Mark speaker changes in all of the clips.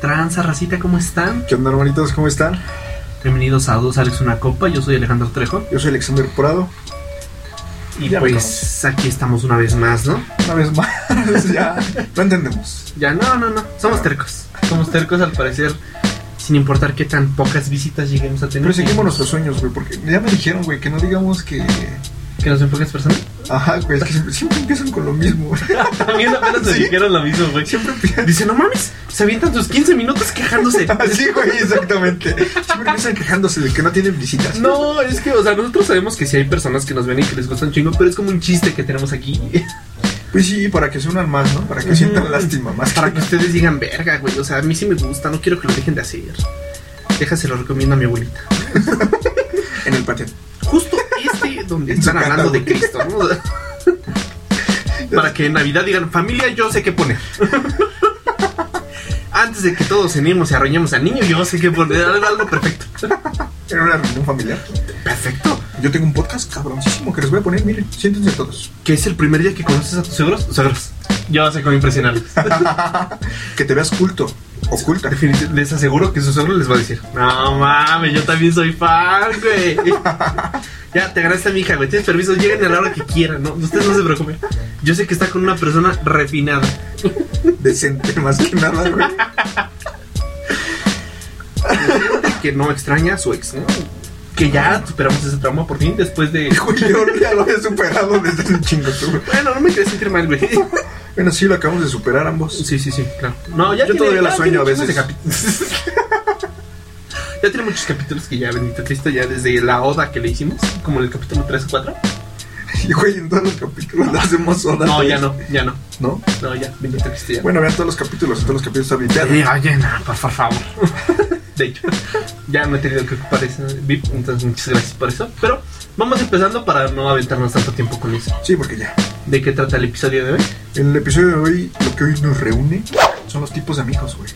Speaker 1: tranza racita? ¿Cómo están?
Speaker 2: ¿Qué onda, hermanitos? ¿Cómo están?
Speaker 1: Bienvenidos a Dos Alex Una Copa. Yo soy Alejandro Trejo.
Speaker 2: Yo soy Alexander Prado.
Speaker 1: Y
Speaker 2: Ya me
Speaker 1: pues aquí estamos una vez más, ¿no?
Speaker 2: Una vez más, ya no entendemos.
Speaker 1: Ya, no, no, no. Somos tercos. Somos tercos al parecer, sin importar qué tan pocas visitas lleguemos a tener.
Speaker 2: Pero seguimos nuestros sueños, güey, porque ya me dijeron, güey, que no digamos que.
Speaker 1: Que nos enfoques personas.
Speaker 2: Ajá, güey, es que siempre, siempre empiezan con lo mismo, güey.
Speaker 1: También apenas nos
Speaker 2: Sí.
Speaker 1: dijeron lo mismo, güey.
Speaker 2: Siempre empiezan.
Speaker 1: Dice, no mames, se avientan sus 15 minutos quejándose.
Speaker 2: Así, güey, exactamente. Siempre empiezan quejándose de que no tienen visitas.
Speaker 1: No, es que, o sea, nosotros sabemos que sí hay personas que nos ven y que les gusta un chingo, pero es como un chiste que tenemos aquí.
Speaker 2: Pues sí, para que se unan más, ¿no? Para que
Speaker 1: Ujú.
Speaker 2: sientan lástima más.
Speaker 1: Para que ustedes digan, verga, güey. O sea, a mí sí me gusta, no quiero que lo dejen de hacer. Déjase lo recomiendo a mi abuelita.
Speaker 2: En el patio.
Speaker 1: Justo este donde
Speaker 2: En
Speaker 1: están
Speaker 2: su casa,
Speaker 1: hablando de
Speaker 2: güey.
Speaker 1: Cristo, ¿no? O sea, Para que en Navidad digan, familia, yo sé qué poner. Antes de que todos cenemos y arruinemos al niño, yo sé qué poner. Algo, algo perfecto.
Speaker 2: En una reunión familiar.
Speaker 1: Perfecto.
Speaker 2: Yo tengo un podcast cabroncísimo que les voy a poner. Miren, siéntense todos.
Speaker 1: Que es el primer día que conoces a tus suegros. Suegros. Ya vas a cómo impresionarlos.
Speaker 2: Que te veas culto. Oculta.
Speaker 1: Definitiv- les aseguro que su suegro les va a decir: No mames, yo también soy fan, güey. ya, te ganaste a mi hija, güey. Tienes permiso, lleguen a la hora que quieran, ¿no? Ustedes no se preocupen. Yo sé que está con una persona refinada.
Speaker 2: Decente, más que nada, güey.
Speaker 1: Que no extraña a su ex, ¿no? Que ya superamos ese trauma por fin después de.
Speaker 2: Güey, yo ya lo he superado desde el chingo, tú, güey.
Speaker 1: Bueno, no me quería sentir mal, güey.
Speaker 2: Bueno, sí, lo acabamos de superar ambos.
Speaker 1: Sí, sí, sí, claro. No, ya
Speaker 2: Yo todavía la
Speaker 1: ya tiene
Speaker 2: sueño a veces.
Speaker 1: muchos capítulos. ya tiene muchos capítulos que ya, bendito Cristo, ya desde la oda que le hicimos, como en el capítulo 3 o 4.
Speaker 2: Y, güey, en todos los capítulos las hacemos horas.
Speaker 1: No,
Speaker 2: güey.
Speaker 1: ya no, ya no.
Speaker 2: ¿No?
Speaker 1: No, ya, bendito Cristo, ya.
Speaker 2: Bueno, vean todos los capítulos. En todos los capítulos está bien.
Speaker 1: Sí,
Speaker 2: Ya,
Speaker 1: oye, no, por fa- favor. De hecho, ya no he tenido que ocupar ese VIP, entonces muchas gracias por eso. Pero vamos empezando para no aventarnos tanto tiempo con eso.
Speaker 2: Sí, porque ya.
Speaker 1: ¿De qué trata el episodio de hoy?
Speaker 2: En el episodio de hoy, lo que hoy nos reúne son los tipos de amigos, güey.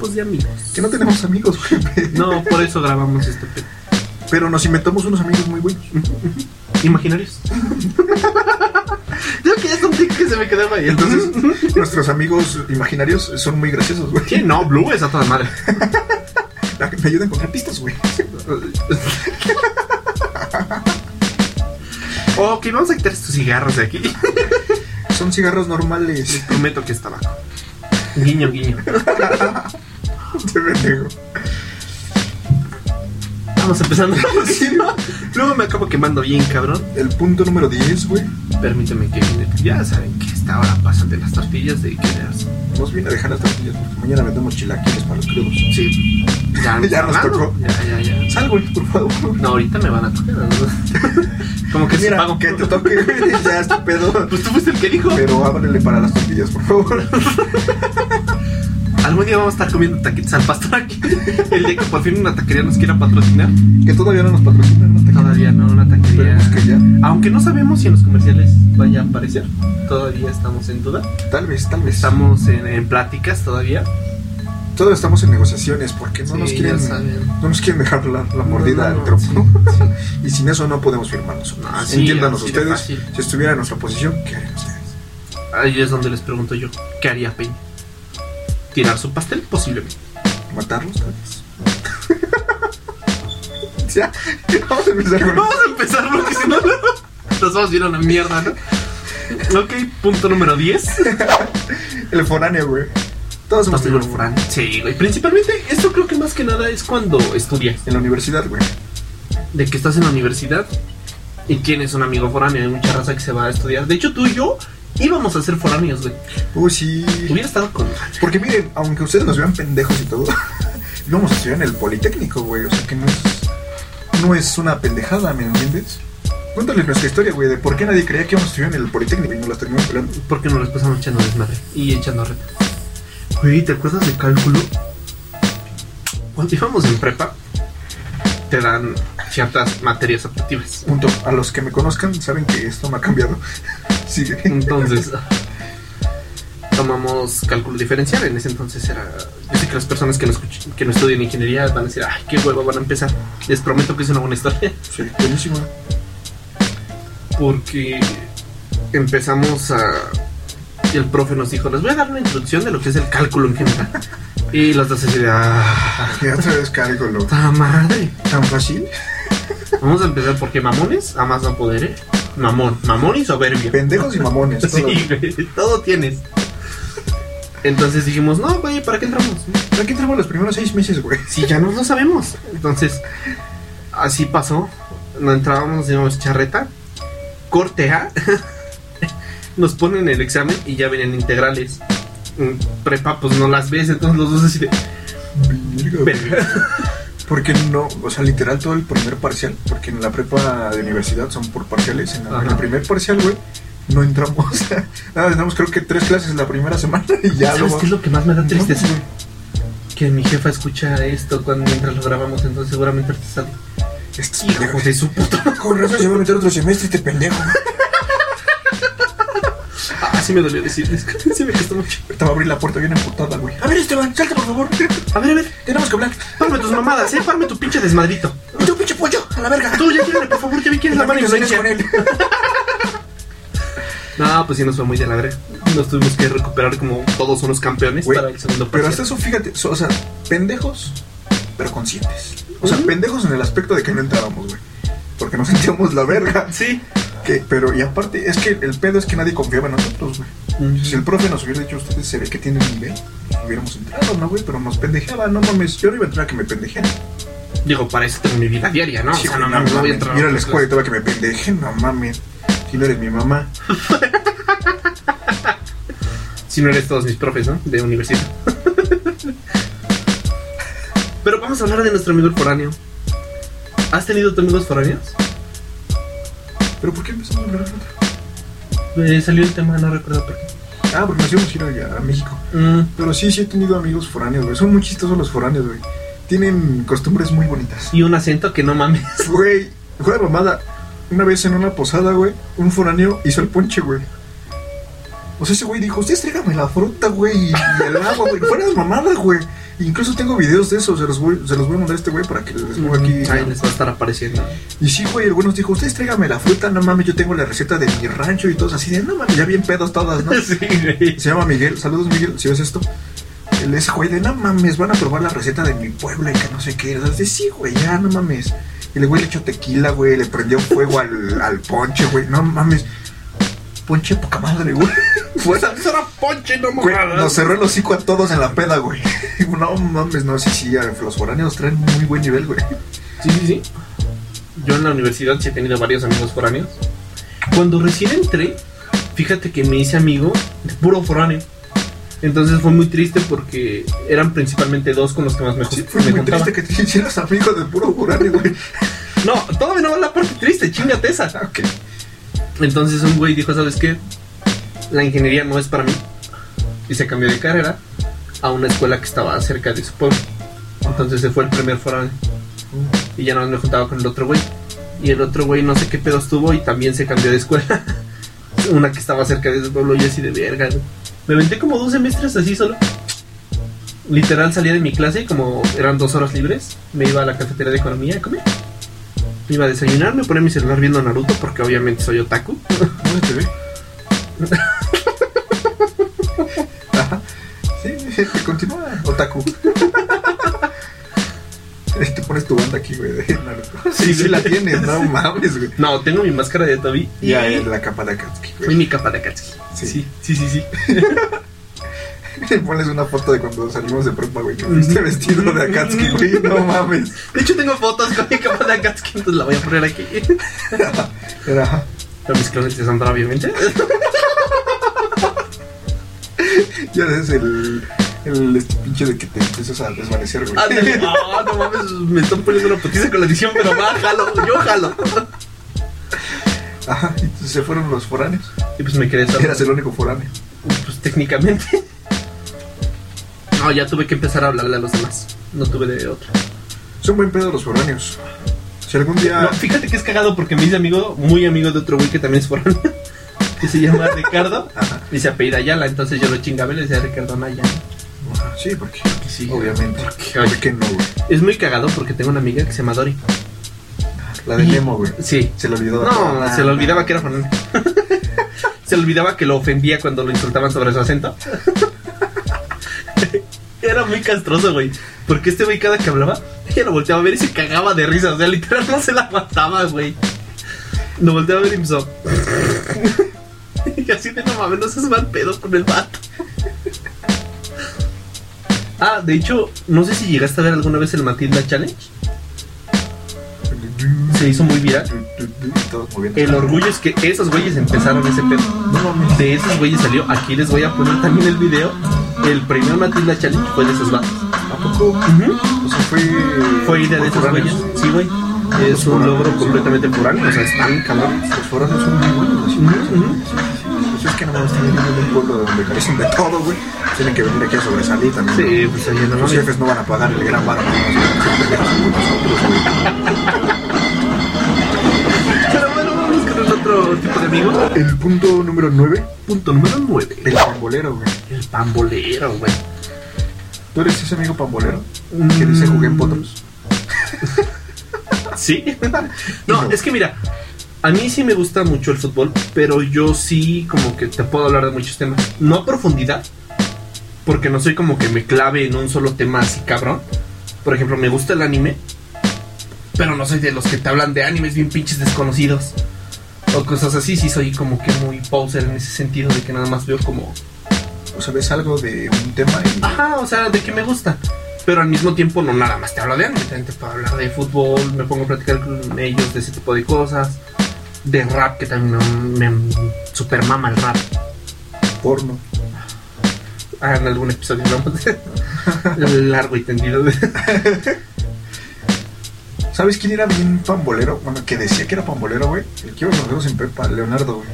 Speaker 1: Pues de amigos.
Speaker 2: Que no tenemos amigos, güey.
Speaker 1: No, por eso grabamos este pe-
Speaker 2: Pero nos inventamos unos amigos muy buenos.
Speaker 1: Imaginarios. Creo que ya es un tic que se me quedaba ahí. Entonces,
Speaker 2: Entonces, nuestros amigos imaginarios son muy graciosos, güey.
Speaker 1: ¿qué? No, Blue es a toda madre.
Speaker 2: La- Me ayuda a encontrar pistas, güey.
Speaker 1: ok, vamos a quitar estos cigarros de aquí.
Speaker 2: Son cigarros normales.
Speaker 1: Les prometo que es tabaco. Guiño, guiño.
Speaker 2: Te pendejo.
Speaker 1: Vamos empezando. porque si no, Luego me acabo quemando bien, cabrón.
Speaker 2: El punto número 10, güey.
Speaker 1: Permíteme que ya saben que esta hora pasan de las tortillas de Ikeas.
Speaker 2: Nos Pues viene a dejar las tortillas porque mañana vendemos chilaquiles para los crudos.
Speaker 1: Sí. Ya,
Speaker 2: Ya nos
Speaker 1: hablando.
Speaker 2: tocó.
Speaker 1: Ya, ya, ya.
Speaker 2: Sal, güey, por favor.
Speaker 1: No, ahorita me van a tocar. ¿no? Como que se
Speaker 2: Mira,
Speaker 1: pago.
Speaker 2: que te toque, güey, ya es tu pedo.
Speaker 1: Pues tú fuiste el que dijo.
Speaker 2: Pero ábrele para las tortillas, por favor.
Speaker 1: Algún día vamos a estar comiendo taquitos al pastor aquí. El día que por fin una taquería nos quiera patrocinar.
Speaker 2: Que todavía no nos patrocinan, ¿no? Te-
Speaker 1: Todavía no, una taquería.
Speaker 2: Esperemos que ya.
Speaker 1: Aunque no sabemos si en los comerciales vaya a aparecer. Todavía estamos en duda.
Speaker 2: Tal vez, tal vez.
Speaker 1: Estamos en, en pláticas todavía.
Speaker 2: Todavía estamos en negociaciones porque no,
Speaker 1: Sí,
Speaker 2: nos,
Speaker 1: ya
Speaker 2: quieren,
Speaker 1: saben.
Speaker 2: no nos quieren dejar la, la mordida
Speaker 1: No, no,
Speaker 2: al tropo.
Speaker 1: sí, sí.
Speaker 2: Y sin eso no podemos firmar nosotros.
Speaker 1: No, sí,
Speaker 2: Entiéndanos
Speaker 1: así de
Speaker 2: ustedes.
Speaker 1: fácil.
Speaker 2: Si estuviera en nuestra posición, ¿qué harían ustedes?
Speaker 1: Ahí es donde les pregunto yo, ¿qué haría Peña? ¿Tirar su pastel? Posiblemente.
Speaker 2: ¿Matarlos, tal vez? ya, vamos a empezar con
Speaker 1: Vamos a empezar porque si no, nos vamos a ir a una mierda, ¿no? Ok, punto número 10.
Speaker 2: El foráneo, güey. Todos somos
Speaker 1: Pastel
Speaker 2: foráneos.
Speaker 1: Fran. Sí, güey. Principalmente, esto creo que más que nada es cuando estudias.
Speaker 2: En la universidad, güey.
Speaker 1: De que estás en la universidad y tienes un amigo foráneo. Hay mucha raza que se va a estudiar. De hecho, tú y yo íbamos a ser foráneos, güey.
Speaker 2: Uy, sí.
Speaker 1: Hubiera estado con.
Speaker 2: Porque miren, aunque ustedes nos vean pendejos y todo, íbamos a estudiar en el Politécnico, güey. O sea que no es, no es una pendejada, ¿me entiendes? Cuéntales nuestra historia, güey, de por qué nadie creía que íbamos a estudiar en el Politécnico y nos las terminamos peleando.
Speaker 1: Porque nos las pasamos echando desmadre y echando reta. Güey, ¿te acuerdas de cálculo? Cuando íbamos en prepa, te dan ciertas materias optativas.
Speaker 2: Punto. A los que me conozcan saben que esto me ha cambiado. Sigue.
Speaker 1: Entonces, tomamos cálculo diferencial. En ese entonces era. Yo sé que las personas que no, escuch- que no estudian ingeniería van a decir, ay, qué huevo, van a empezar. Les prometo que es una buena historia.
Speaker 2: Sí, buenísimo.
Speaker 1: porque empezamos a... y El profe nos dijo, les voy a dar una introducción de lo que es el cálculo en general. Y los dos así de, ah,
Speaker 2: Y otra vez cárgalo.
Speaker 1: puta madre.
Speaker 2: ¿Tan fácil?
Speaker 1: Vamos a empezar porque mamones, a más no poder, ¿eh? Mamón, mamón y soberbia.
Speaker 2: Pendejos y mamones.
Speaker 1: Sí,
Speaker 2: todo.
Speaker 1: güey, todo tienes. Entonces dijimos, no, güey, ¿para qué entramos?
Speaker 2: ¿Para qué entramos los primeros seis meses, güey?
Speaker 1: Si ya no lo sabemos. Entonces, así pasó. No entrábamos, digamos, charreta. Corte A. Nos ponen el examen y ya vienen integrales. En Prepa, pues no las ves, entonces los dos así de.
Speaker 2: Verga, güey. Porque no, o sea, literal todo el primer parcial, porque en la prepa de universidad son por parciales, en, la-
Speaker 1: Ajá.
Speaker 2: en el primer parcial, güey, no entramos, nada, entramos creo que tres clases la primera semana y ya
Speaker 1: ¿Sabes
Speaker 2: luego-
Speaker 1: qué es lo que más me da tristeza?
Speaker 2: No, güey.
Speaker 1: Que mi jefa escucha esto cuando mientras lo grabamos, entonces seguramente te sale.
Speaker 2: Estos
Speaker 1: Hijo
Speaker 2: pendejos.
Speaker 1: de su puta.
Speaker 2: Con razón se va a meter otro semestre este pendejo.
Speaker 1: Ah, sí me dolió decirles. Sí me costó mucho.
Speaker 2: Ahorita va a abrir la puerta bien emputada, güey. A ver, Esteban, salte por favor.
Speaker 1: A ver, a ver.
Speaker 2: Tenemos que hablar.
Speaker 1: Parme tus mamadas, eh. Parme tu pinche desmadrito.
Speaker 2: Y tú, pinche pollo, a la verga.
Speaker 1: Tú ya tírale, por favor, ya vi quién es la mala
Speaker 2: También te
Speaker 1: influencia.
Speaker 2: con él.
Speaker 1: No, pues sí nos fue muy de la verga. Nos tuvimos que recuperar como todos unos campeones
Speaker 2: Güey,
Speaker 1: para el segundo
Speaker 2: Pero
Speaker 1: partido.
Speaker 2: hasta eso, fíjate, so- o sea, pendejos, pero conscientes. O sea,
Speaker 1: Ujú.
Speaker 2: pendejos en el aspecto de que no entrábamos, güey. Porque nos sentíamos la verga.
Speaker 1: Sí.
Speaker 2: Que- pero, y aparte, es que el pedo es que nadie confiaba en nosotros, güey. Si el profe nos hubiera dicho, ustedes se ve que tienen nivel, hubiéramos entrado, ¿no, güey? Pero nos pendejeaba, no mames. Yo no iba a entrar a que me pendejean.
Speaker 1: Digo, para eso tengo mi vida diaria, ¿no?
Speaker 2: Sí,
Speaker 1: Ah, o sea, no,
Speaker 2: güey,
Speaker 1: pues, mames, no voy a entrar.
Speaker 2: ir a la
Speaker 1: otras
Speaker 2: escuela y te va a que me pendejen, no mames. Si no eres mi mamá.
Speaker 1: clases. Si no eres todos mis profes, ¿no? De universidad. Pero vamos a hablar de nuestro amigo el foráneo. ¿Has tenido tu amigos foráneos?
Speaker 2: ¿Pero por qué empezamos a hablar de otra?
Speaker 1: Eh, salió el tema, no recuerdo por qué.
Speaker 2: Ah, porque nos íbamos a ir allá, a México.
Speaker 1: Mm,
Speaker 2: Pero sí, sí he tenido amigos foráneos, güey. Son muy chistosos los foráneos, güey. Tienen costumbres muy bonitas.
Speaker 1: y un acento que no mames.
Speaker 2: Güey, fuera de mamada. Una vez en una posada, güey, un foráneo hizo el ponche, güey. O sea, ese güey dijo, ustedes tráigame la fruta, güey, y el agua, güey. Fuera de mamada, güey. Incluso tengo videos de eso, se los voy, se los voy a mandar a este güey para que les ponga aquí.
Speaker 1: Ahí les va a estar apareciendo.
Speaker 2: Y sí, güey, el güey nos dijo, ustedes tráigame la fruta, no mames, yo tengo la receta de mi rancho y todos así de, no mames, ya bien pedos todas, ¿no?
Speaker 1: Sí, güey.
Speaker 2: Se llama Miguel, saludos Miguel, si ves esto. El ese güey de, no mames, van a probar la receta de mi pueblo y que no sé qué. O sea, de, sí, güey, ya, no mames. Y el güey le echó tequila, güey, le prendió fuego al, al ponche, güey, no mames. Ponche poca madre, güey. Fue-
Speaker 1: Eso era ponche, no
Speaker 2: Güey,
Speaker 1: mamadas.
Speaker 2: nos cerró el hocico a todos en la peda, güey. No mames, no, sí, sí, ya, los foráneos traen muy buen nivel, güey.
Speaker 1: Sí, sí, sí. Yo en la universidad sí he tenido varios amigos foráneos. Cuando recién entré, fíjate que me hice amigo de puro foráneo. Entonces fue muy triste porque eran principalmente dos con los que más me,
Speaker 2: Sí,
Speaker 1: jun-
Speaker 2: fue
Speaker 1: me
Speaker 2: muy
Speaker 1: juntaba.
Speaker 2: triste que te hicieras amigo de puro foráneo, güey.
Speaker 1: No, todavía no va la parte triste, chingate esa.
Speaker 2: Ah, ok.
Speaker 1: Entonces un güey dijo, ¿sabes qué? La ingeniería no es para mí. Y se cambió de carrera a una escuela que estaba cerca de su pueblo. Entonces se fue el primer foráneo. y ya no me juntaba con el otro güey. Y el otro güey no sé qué pedos tuvo y también se cambió de escuela. Una que estaba cerca de su pueblo y yo así de verga, güey. Me aventé como dos semestres así solo. Literal salía de mi clase y como eran dos horas libres, me iba a la cafetería de economía a comer. Me iba a desayunar, me ponía mi celular viendo Naruto porque obviamente soy otaku.
Speaker 2: ¿Dónde te ve? Ajá. Sí, que continúa. Otaku. Eh, Te pones tu banda aquí, güey, de Naruto. Sí, sí la tienes, no mames, güey.
Speaker 1: No, tengo mi máscara de Toby y,
Speaker 2: Ya, eh, la capa de Akatsuki,
Speaker 1: y
Speaker 2: güey.
Speaker 1: mi capa de Akatsuki.
Speaker 2: Sí.
Speaker 1: Sí, sí, sí, sí.
Speaker 2: Le pones una foto de cuando salimos de prepa, güey, que fuiste vestido de Akatsuki, güey. No mames.
Speaker 1: De hecho tengo fotos con mi capa de Akatsuki, entonces la voy a poner aquí.
Speaker 2: Era...
Speaker 1: Pero mis clones de Sandra, obviamente.
Speaker 2: Ya eres el, el este pinche de que te empiezas a desvanecer, güey.
Speaker 1: Ándale. Ah, no mames, me están poniendo una putiza con la edición, pero va, jalo, yo jalo.
Speaker 2: Ajá, y entonces se fueron los foráneos.
Speaker 1: Y pues me quedé solo.
Speaker 2: Eras el único foráneo.
Speaker 1: Pues técnicamente. No, ya tuve que empezar a hablarle a los demás. No tuve de otra.
Speaker 2: Son buen pedo los foráneos. Si algún día...
Speaker 1: No, fíjate que es cagado porque me hice amigo, muy amigo de otro güey que también es foráneo. Que se llama Ricardo.
Speaker 2: Ajá.
Speaker 1: Y se apellida Ayala, entonces yo lo chingaba y le decía Ricardo Anaya.
Speaker 2: Ajá, Sí, porque
Speaker 1: Sí,
Speaker 2: obviamente.
Speaker 1: porque-
Speaker 2: ¿Por qué no, güey?
Speaker 1: Es muy cagado porque tengo una amiga que se llama Dori.
Speaker 2: La de Nemo, güey.
Speaker 1: Sí.
Speaker 2: Se le olvidó. la
Speaker 1: No,
Speaker 2: palabra.
Speaker 1: se le olvidaba que era foráneo. se le olvidaba que lo ofendía cuando lo insultaban sobre su acento. Era muy castroso, güey. Porque este güey, cada que hablaba, ella lo volteaba a ver y se cagaba de risa. O sea, literal no se la aguantaba, güey. Lo volteaba a ver y empezó. y así de no mames, no seas mal pedo con el vato. ah, de hecho, no sé si llegaste a ver alguna vez el Matilda Challenge. Se hizo muy viral.
Speaker 2: Todos moviendo.
Speaker 1: El orgullo es que esos güeyes empezaron ese pedo.
Speaker 2: No mames.
Speaker 1: De esos güeyes salió, aquí les voy a poner también el video. El primer Matilda Challenge fue de esos vatos.
Speaker 2: ¿A poco? O sea, fue.
Speaker 1: Fue idea de esos güeyes.
Speaker 2: foráneos.
Speaker 1: Sí, güey. Es un logro completamente foráneo, o sea, están cabrón.
Speaker 2: Los foráneos son muy buenos. así. Pues es que no mames, tienen que venir de un pueblo donde carecen de todo, güey. Tienen que venir aquí a sobresalir también. ¿no?
Speaker 1: Sí, pues allá no
Speaker 2: Los
Speaker 1: mames.
Speaker 2: jefes no van a pagar el gran bar. Nosotros, güey.
Speaker 1: Pero bueno, vamos con el otro tipo de amigo.
Speaker 2: El punto número 9,
Speaker 1: Punto número 9.
Speaker 2: el pambolero, güey.
Speaker 1: El pambolero, güey.
Speaker 2: ¿Tú eres ese amigo pambolero? Que dice jugué en potros.
Speaker 1: Sí. No,
Speaker 2: No.
Speaker 1: es que mira, a mí sí me gusta mucho el fútbol, pero yo sí como que te puedo hablar de muchos temas. No a profundidad, porque no soy como que me clave en un solo tema así cabrón. Por ejemplo, me gusta el anime, pero no soy de los que te hablan de animes bien pinches desconocidos. O cosas así, sí soy como que muy pauser en ese sentido de que nada más veo como...
Speaker 2: O sea, ves algo de un tema y.
Speaker 1: Ajá, o sea, de que me gusta. Pero al mismo tiempo no nada más te hablo de anime, también te puedo hablar de fútbol, me pongo a platicar con ellos de ese tipo de cosas, de rap, que también me, me super mama el rap.
Speaker 2: porno.
Speaker 1: Ah, en algún episodio hablamos de largo y tendido de...
Speaker 2: ¿Sabes quién era bien pambolero? Bueno, que decía que era pambolero, güey. El que iba con los dedos en pepa, Leonardo, güey.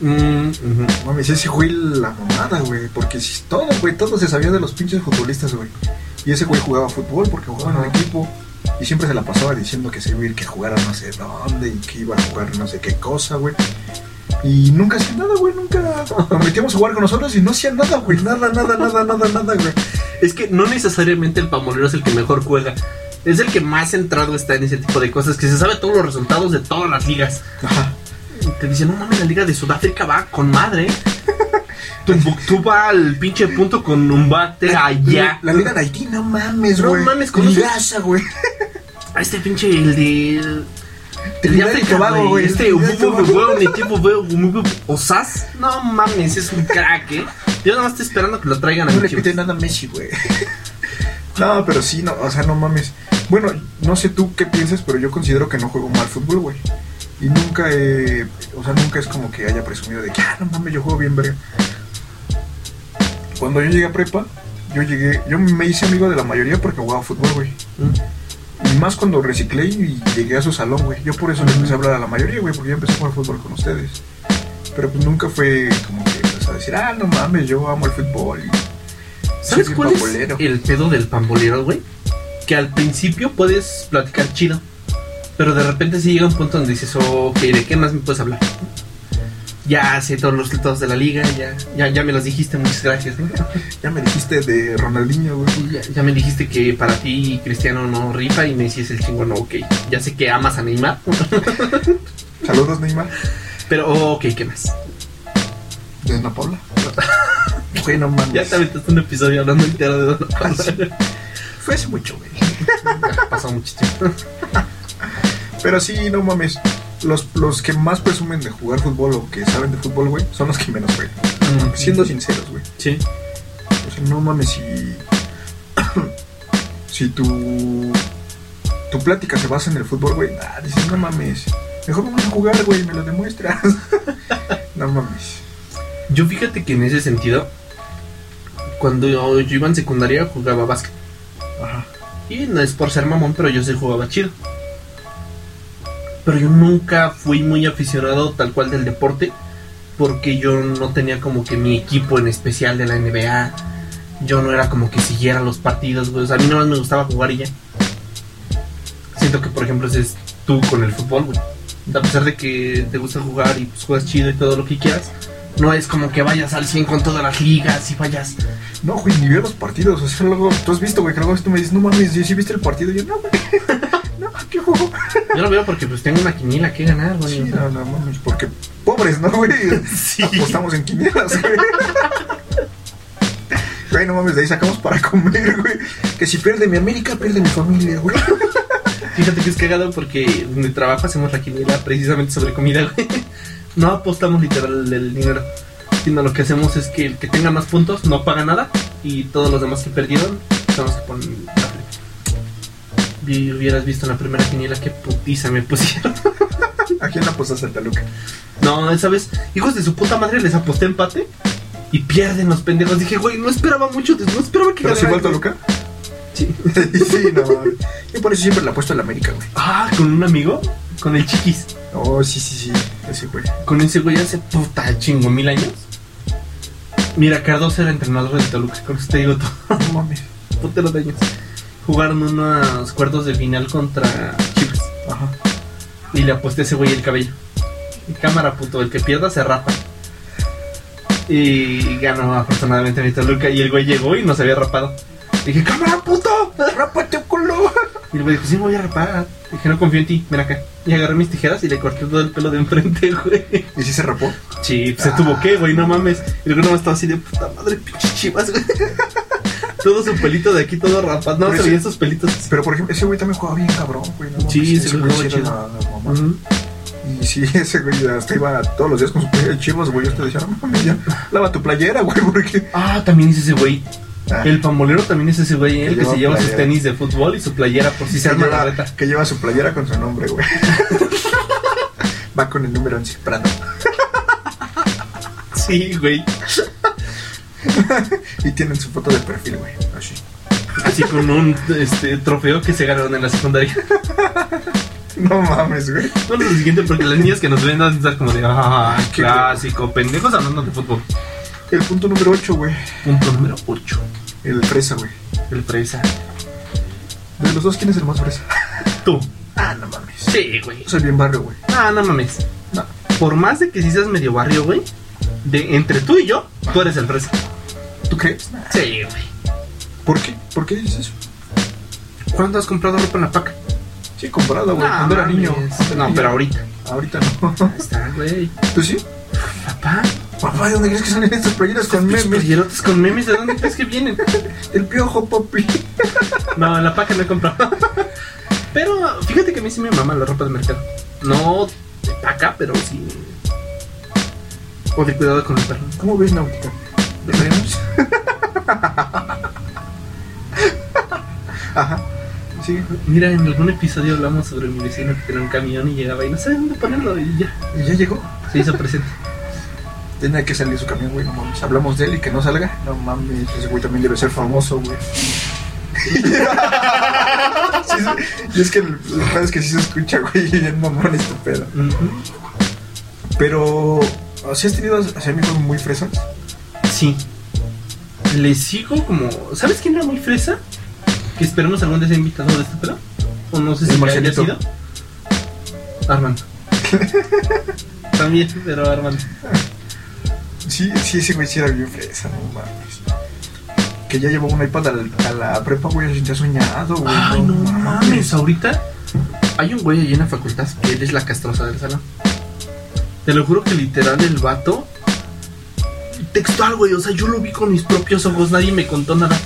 Speaker 1: Mm, ujú.
Speaker 2: No mames, ese güey la mamada, güey. Porque si todo, güey, todo se sabía de los pinches futbolistas, güey. Y ese güey jugaba fútbol porque jugaba en un
Speaker 1: Ajá.
Speaker 2: equipo. Y siempre se la pasaba diciendo que se iba a ir, que jugara no sé dónde y que iba a jugar no sé qué cosa, güey. Y nunca hacía nada, güey, nunca. Nos metíamos a jugar con nosotros y no hacía nada, güey. Nada, nada, nada, nada, nada, güey.
Speaker 1: Es que no necesariamente el pambolero es el que mejor juega, es el que más centrado está en ese tipo de cosas, que se sabe todos los resultados de todas las ligas.
Speaker 2: Ajá.
Speaker 1: Te dicen, no mames, la Liga de Sudáfrica va con madre. Tumbuktu va al pinche punto con un bate allá.
Speaker 2: La Liga de Haití, no mames,
Speaker 1: No
Speaker 2: güey.
Speaker 1: mames, ¿conoces?
Speaker 2: Ligaza, güey.
Speaker 1: A este pinche, el de. El de
Speaker 2: Trinidad y
Speaker 1: África,
Speaker 2: Tobago,
Speaker 1: güey.
Speaker 2: güey.
Speaker 1: Este,
Speaker 2: Trinidad y
Speaker 1: Ububu,
Speaker 2: Tobago.
Speaker 1: güey, el tipo, güey, Ububu, Osas. No mames, es un crack, eh. Yo nada más estoy esperando que lo traigan a
Speaker 2: No
Speaker 1: mi
Speaker 2: le
Speaker 1: chivo.
Speaker 2: pite nada a Messi, güey. No, pero sí, no, o sea, no mames. Bueno, no sé tú qué piensas, pero yo considero que no juego mal fútbol, güey. Y nunca, eh, o sea, nunca es como que haya presumido de que, ah, no mames, yo juego bien, verga. Cuando yo llegué a prepa, yo llegué, yo me hice amigo de la mayoría porque jugaba fútbol, güey. Y más cuando reciclé y llegué a su salón, güey. Yo por eso le empecé a hablar a la mayoría, güey, porque yo empecé a jugar fútbol con ustedes. Pero pues nunca fue como que empezó a decir, ah, no mames, yo amo el fútbol. y-
Speaker 1: ¿Sabes
Speaker 2: Sí, sí,
Speaker 1: cuál
Speaker 2: pambolero.
Speaker 1: es el pedo del pambolero, güey? Que al principio puedes platicar chido, pero de repente sí llega un punto donde dices, ok, ¿de qué más me puedes hablar? Ya sé todos los resultados de la liga, ya, ya, ya me los dijiste, muchas gracias, ¿no?
Speaker 2: Ya me dijiste de Ronaldinho, güey.
Speaker 1: Ya, ya me dijiste que para ti Cristiano no rifa y me dices el chingón, ok, ya sé que amas a Neymar,
Speaker 2: Saludos, Neymar.
Speaker 1: pero ok, ¿qué más?
Speaker 2: De Ana Paula. Güey, no mames.
Speaker 1: Ya te aventaste un episodio hablando entero de Don
Speaker 2: Ah,
Speaker 1: Pablo.
Speaker 2: sí. Fue hace mucho, güey.
Speaker 1: Ya Pasó mucho tiempo.
Speaker 2: Pero sí, no mames. Los, los que más presumen de jugar fútbol o que saben de fútbol, güey, son los que menos, güey. Siendo sinceros, güey.
Speaker 1: Mm, Sí.
Speaker 2: O sea, no mames, si. si tu. Tu plática se basa en el fútbol, güey. Ah, dices, no mames. Mejor vamos a jugar, güey, me lo demuestras. no mames.
Speaker 1: Yo fíjate que en ese sentido, cuando yo, yo iba en secundaria jugaba básquet.
Speaker 2: Ajá.
Speaker 1: Y no es por ser mamón, pero yo sí jugaba chido. Pero yo nunca fui muy aficionado tal cual del deporte, porque yo no tenía como que mi equipo en especial de la NBA. Yo no era como que siguiera los partidos, güey. O sea, a mí nada más me gustaba jugar y ya. Siento que, por ejemplo, ese es tú con el fútbol, güey. A pesar de que te gusta jugar y pues, juegas chido y todo lo que quieras, no es como que vayas al 100 con todas las ligas y vayas.
Speaker 2: No, güey, ni veo los partidos. O sea, luego tú has visto, güey, que luego tú me dices, no mames, ¿sí, sí viste el partido? Y yo, no, güey. no, qué juego.
Speaker 1: Yo lo veo porque pues tengo una quiniela que ganar, güey.
Speaker 2: Sí, no, no mames, porque pobres, ¿no, güey?
Speaker 1: Sí.
Speaker 2: Apostamos en quinielas, güey. Güey, no mames, de ahí sacamos para comer, güey. Que si pierde mi América, pierde mi familia, güey.
Speaker 1: Fíjate que es cagado porque en mi trabajo hacemos la quiniela precisamente sobre comida, güey. No apostamos literal el dinero, sino lo que hacemos es que el que tenga más puntos no paga nada y todos los demás que perdieron tenemos que poner la play. Y hubieras visto en la primera quiniela que putiza me pusieron.
Speaker 2: Aquí en la posa Santa Luca.
Speaker 1: No, esa vez, hijos de su puta madre, les aposté empate y pierden los pendejos. Dije, güey, no esperaba mucho, no esperaba que
Speaker 2: ¿Pero si igual
Speaker 1: ganara.
Speaker 2: Toluca?
Speaker 1: Sí.
Speaker 2: sí, no mames. Yo por eso siempre la apuesto a la América, güey.
Speaker 1: Ah, con un amigo, con el chiquis.
Speaker 2: Oh, sí, sí, sí. Ese güey.
Speaker 1: Con ese güey hace puta chingo mil años. Mira, Cardoso era entrenador de Toluca, con eso te digo todo.
Speaker 2: No mames.
Speaker 1: Putero de años. Jugaron unos cuartos de final contra Chivas.
Speaker 2: Ajá.
Speaker 1: Y le aposté a ese güey el cabello. Y Cámara, puto, el que pierda se rapa. Y ganó afortunadamente mi Toluca. Y el güey llegó y nos había rapado. Dije, cámara, puto.
Speaker 2: ¡Rápate, culo!
Speaker 1: Y el güey dijo, sí, me voy a rapar. Dije, no confío en ti, ven acá. Y agarré mis tijeras y le corté todo el pelo de enfrente, güey.
Speaker 2: ¿Y si se rapó?
Speaker 1: Sí, pues, se tuvo que, güey, no mames. Y luego nomás estaba así de puta madre, pinche chivas, güey. Todo su pelito de aquí, todo rapaz. No,
Speaker 2: Pero
Speaker 1: se
Speaker 2: ese-
Speaker 1: veían sus pelitos. así.
Speaker 2: Pero por ejemplo, ese güey también jugaba bien cabrón, güey. ¿no?
Speaker 1: Sí,
Speaker 2: Ese
Speaker 1: se
Speaker 2: güey
Speaker 1: jugaba
Speaker 2: sí era
Speaker 1: chido.
Speaker 2: la- la mamá.
Speaker 1: Ujú.
Speaker 2: Y sí, ese güey hasta iba todos los días con su playera de chivas, güey. Yo te decía, no mames, ya, lava tu playera, güey, porque.
Speaker 1: Ah, también es ese güey.
Speaker 2: Ah,
Speaker 1: El pambolero también es ese güey, el que
Speaker 2: lleva
Speaker 1: se lleva sus
Speaker 2: playera.
Speaker 1: tenis de fútbol y su playera por si se
Speaker 2: que,
Speaker 1: arma la
Speaker 2: lleva,
Speaker 1: reta.
Speaker 2: que lleva su playera con su nombre, güey. Va con el número 11, Prado.
Speaker 1: Sí, güey.
Speaker 2: Y tienen su foto de perfil, güey. Así.
Speaker 1: Así con un este, trofeo que se ganaron en la secundaria.
Speaker 2: No mames, güey.
Speaker 1: Bueno, lo siguiente, porque las niñas que nos ven van a estar como de, ah,
Speaker 2: Qué
Speaker 1: clásico, pendejos hablando de fútbol.
Speaker 2: El punto número 8, güey.
Speaker 1: Punto número 8.
Speaker 2: El fresa, güey.
Speaker 1: El presa.
Speaker 2: De los dos, ¿quién es el más fresa?
Speaker 1: Tú.
Speaker 2: Ah, no mames.
Speaker 1: Sí, güey.
Speaker 2: Soy bien barrio, güey.
Speaker 1: Ah, no mames.
Speaker 2: No.
Speaker 1: Por más de que sí seas medio barrio, güey, de entre tú y yo, tú eres el fresa.
Speaker 2: ¿Tú crees?
Speaker 1: Sí, güey.
Speaker 2: ¿Por qué? ¿Por qué dices eso?
Speaker 1: ¿Cuándo has comprado ropa en la paca?
Speaker 2: Sí, comprado, güey. cuando era
Speaker 1: mames.
Speaker 2: niño.
Speaker 1: No, pero ahorita.
Speaker 2: Ahorita no.
Speaker 1: Ahí está, güey.
Speaker 2: ¿Tú sí?
Speaker 1: Papá,
Speaker 2: Papá, ¿de dónde crees que salen estas playeras con
Speaker 1: memes.
Speaker 2: memes?
Speaker 1: con memes, ¿de dónde crees que vienen?
Speaker 2: El piojo, papi.
Speaker 1: No, en la paca no he comprado. Pero fíjate que a mí sí me mama la ropa de mercado. No de paca, pero sí. O de cuidado con el perro.
Speaker 2: ¿Cómo ves, Náutica? ¿Lo traemos? Ajá. Sí,
Speaker 1: Mira, en algún episodio hablamos sobre mi vecino que tenía un camión y llegaba y no sabía dónde ponerlo y ya.
Speaker 2: y ya llegó.
Speaker 1: Se hizo presente.
Speaker 2: Tenía que salir su camión, güey, no mames. Hablamos de él y que no salga. No mames, ese güey también debe ser famoso, güey. Sí, sí. y es que la verdad es que sí se escucha, güey, y bien mamón este pedo.
Speaker 1: Ujú.
Speaker 2: Pero, ¿sí has tenido así amigos muy fresas?
Speaker 1: Sí. Le sigo como. ¿Sabes quién era muy fresa? Que esperemos algún día sea invitado de este pedo. O no sé
Speaker 2: El
Speaker 1: si ya haya
Speaker 2: Marcelito.
Speaker 1: sido. Armando. También, pero Armando.
Speaker 2: Sí, sí, ese güey sí era bien fresa, no mames. Que ya llevó un iPad a la, a la prepa, güey, se sentía soñado, güey.
Speaker 1: Ay, no mames. Ahorita hay un güey ahí en la facultad que él es la castrosa del salón. Te lo juro que literal el vato. Textual, güey. O sea, yo lo vi con mis propios ojos. Nadie me contó nada.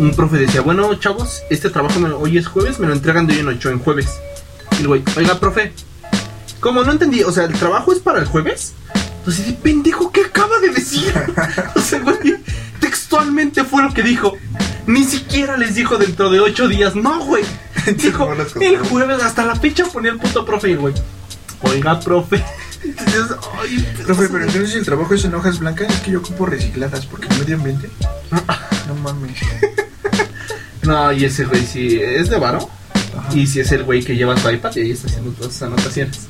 Speaker 1: Un profe decía, bueno, chavos, este trabajo me lo- hoy es jueves, me lo entregan de hoy en ocho, en jueves. Y el güey, oiga, profe, como no entendí, o sea, el trabajo es para el jueves. Entonces, dije, pendejo, ¿qué acaba de decir? o sea, güey, textualmente fue lo que dijo. Ni siquiera les dijo dentro de ocho días, no, güey. Dijo,
Speaker 2: jugó las cosas.
Speaker 1: el jueves, hasta la fecha ponía el puto profe y el güey. Oiga, profe. Entonces, ay, pues,
Speaker 2: Profe, pero entonces si el trabajo es en hojas blancas, es que yo ocupo recicladas, porque el medio ambiente. No mames.
Speaker 1: No, y ese güey sí es de varo.
Speaker 2: Ajá.
Speaker 1: Y si es el güey que lleva su iPad y ahí está haciendo todas sus anotaciones.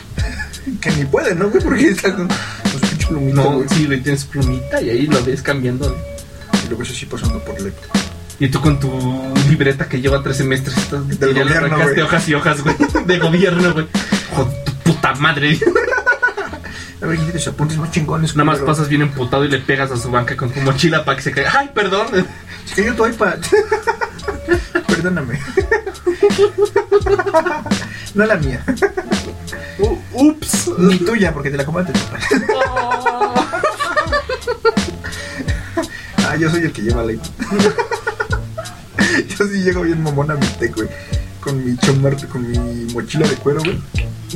Speaker 2: Que ni puede, ¿no, güey? Porque está con con su pinche plumita,
Speaker 1: No,
Speaker 2: Este güey.
Speaker 1: sí, güey, tienes plumita y ahí lo ves cambiando.
Speaker 2: Y luego eso sí pasando por lepto.
Speaker 1: Y tú con tu libreta que lleva tres semestres. estás-
Speaker 2: Del
Speaker 1: y ya le
Speaker 2: gobierno,
Speaker 1: arrancaste
Speaker 2: güey.
Speaker 1: hojas y hojas, güey. De gobierno, güey. Joder, tu puta madre.
Speaker 2: A ver, quítate tus apuntes más chingones.
Speaker 1: Nada más
Speaker 2: culero.
Speaker 1: pasas bien emputado y le pegas a su banca con tu mochila para que se caiga. ¡Ay, perdón!
Speaker 2: Se cayó tu iPad. Perdóname. no la mía. Uh,
Speaker 1: U- ¡Ups!
Speaker 2: Ni tuya, porque te la compraste tu papá.
Speaker 1: Oh.
Speaker 2: Ay, Ah, yo soy el que lleva la IPA. yo sí llego bien mamón a mi tec, güey. Con mi chomar, con mi mochila de cuero, güey.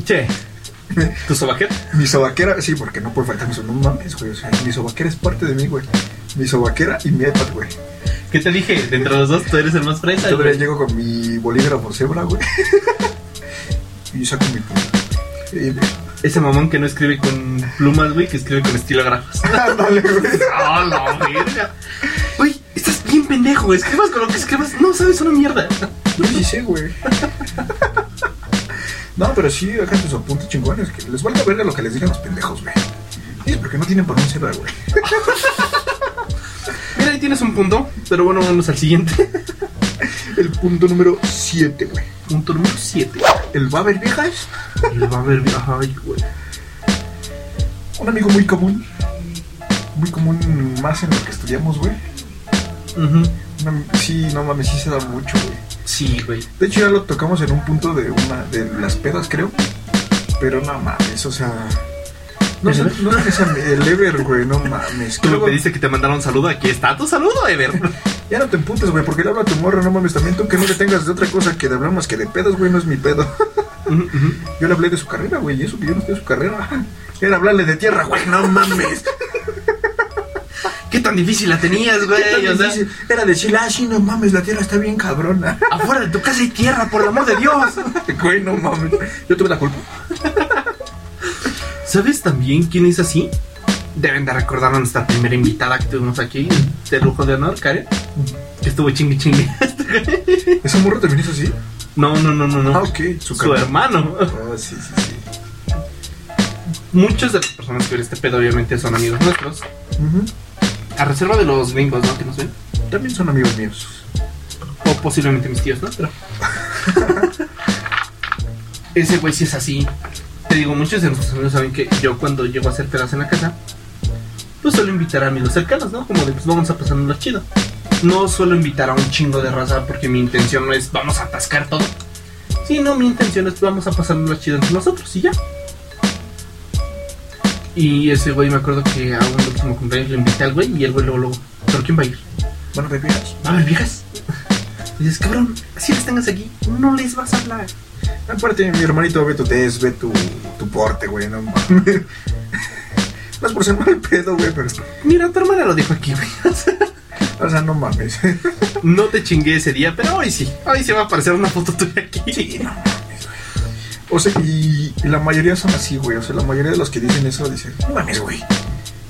Speaker 1: Che. ¿Tu sobaquera?
Speaker 2: Mi sobaquera, sí, porque no puede faltar eso. No mames, güey. O sea, mi sobaquera es parte de mí, güey. Mi sobaquera y mi iPad, güey.
Speaker 1: ¿Qué te dije? De entre los dos, tú eres el más fresa.
Speaker 2: Todavía
Speaker 1: güey.
Speaker 2: llego con mi bolígrafo cebra, güey. y saco mi pluma. Y-
Speaker 1: Ese mamón que no escribe con plumas, güey, que escribe con estilógrafos.
Speaker 2: Ándale, güey.
Speaker 1: ¡Ah, la verga! Güey, estás bien pendejo. Escribas con lo que escribas. No sabes una mierda.
Speaker 2: Yo sí sé, güey. No, pero sí, dejan sus apuntes chingones. Que les valga verga lo que les digan los pendejos, güey. Sí, porque no tienen para un cebra, güey.
Speaker 1: Mira, ahí tienes un punto. Pero bueno, vamos al siguiente.
Speaker 2: El punto número 7, güey.
Speaker 1: Punto número 7.
Speaker 2: El va a haber viejas.
Speaker 1: Va a haber. Ay, güey.
Speaker 2: Un amigo muy común. Muy común más en lo que estudiamos, güey.
Speaker 1: Ujú.
Speaker 2: Una am- sí, no mames, sí se da mucho, güey.
Speaker 1: Sí, güey.
Speaker 2: De hecho, ya lo tocamos en un punto de una de las pedas, creo. Pero no mames, o sea. No sé, no sé, esa- el Ever, güey, no mames.
Speaker 1: Tú lo
Speaker 2: Luego-
Speaker 1: pediste que te mandaron un saludo. Aquí está tu saludo, Ever.
Speaker 2: Ya no te emputes, güey, porque le hablo a tu morra, no mames, también tú que no le tengas de otra cosa que de hablar más que de pedos, güey, no es mi pedo.
Speaker 1: Ujú, ujú.
Speaker 2: Yo le hablé de su carrera, güey, y eso que yo no estoy de su carrera. Era hablarle de tierra, güey, no mames.
Speaker 1: ¿Qué tan difícil la tenías, güey?
Speaker 2: Tan
Speaker 1: O sea,
Speaker 2: difícil. Era decirle, ah, sí, no mames, la tierra está bien cabrona.
Speaker 1: afuera de tu casa hay tierra, por el amor de Dios.
Speaker 2: Güey, no mames. Yo tuve la culpa.
Speaker 1: ¿Sabes también quién es así? Deben de recordar a nuestra primera invitada que tuvimos aquí, de lujo de honor, Karen. Que estuvo chingue chingue.
Speaker 2: ¿Esa morra también es así?
Speaker 1: No, no, no, no, no.
Speaker 2: Ah, ok, su
Speaker 1: Su
Speaker 2: carrera.
Speaker 1: hermano.
Speaker 2: Ah, sí, sí, sí.
Speaker 1: Muchas de las personas que ven este pedo, obviamente, son amigos nuestros.
Speaker 2: Ujú.
Speaker 1: A reserva de los gringos, ¿no? Que nos ven.
Speaker 2: También son amigos míos.
Speaker 1: O posiblemente mis tíos, ¿no? Pero. Ese güey sí es así. Te digo, muchos de nuestros amigos saben que yo cuando llego a hacer pedas en la casa, pues suelo invitar a amigos cercanos, ¿no? Como de, pues vamos a pasárnoslo chido. No suelo invitar a un chingo de raza porque mi intención no es vamos a atascar todo. Sino mi intención es vamos a pasárnoslo chido entre nosotros y ya. Y ese güey me acuerdo que a un último cumpleaños le invité al güey y el güey luego, luego, ¿pero quién va a ir?
Speaker 2: Bueno, bebidas.
Speaker 1: A ver, viejas. Y dices, cabrón, si las tengas aquí, no les vas a hablar.
Speaker 2: Aparte, mi hermanito ve tu test, ve tu, tu porte, güey, no mames. No es por ser mal pedo, güey, pero.
Speaker 1: Mira, tu hermana lo dijo aquí, güey. O sea,
Speaker 2: O sea, no mames.
Speaker 1: No te chingué ese día, pero hoy sí. Hoy se va a aparecer una foto tuya aquí.
Speaker 2: O sea, y la mayoría son así, güey. O sea, la mayoría de los que dicen eso dicen, no mames, güey.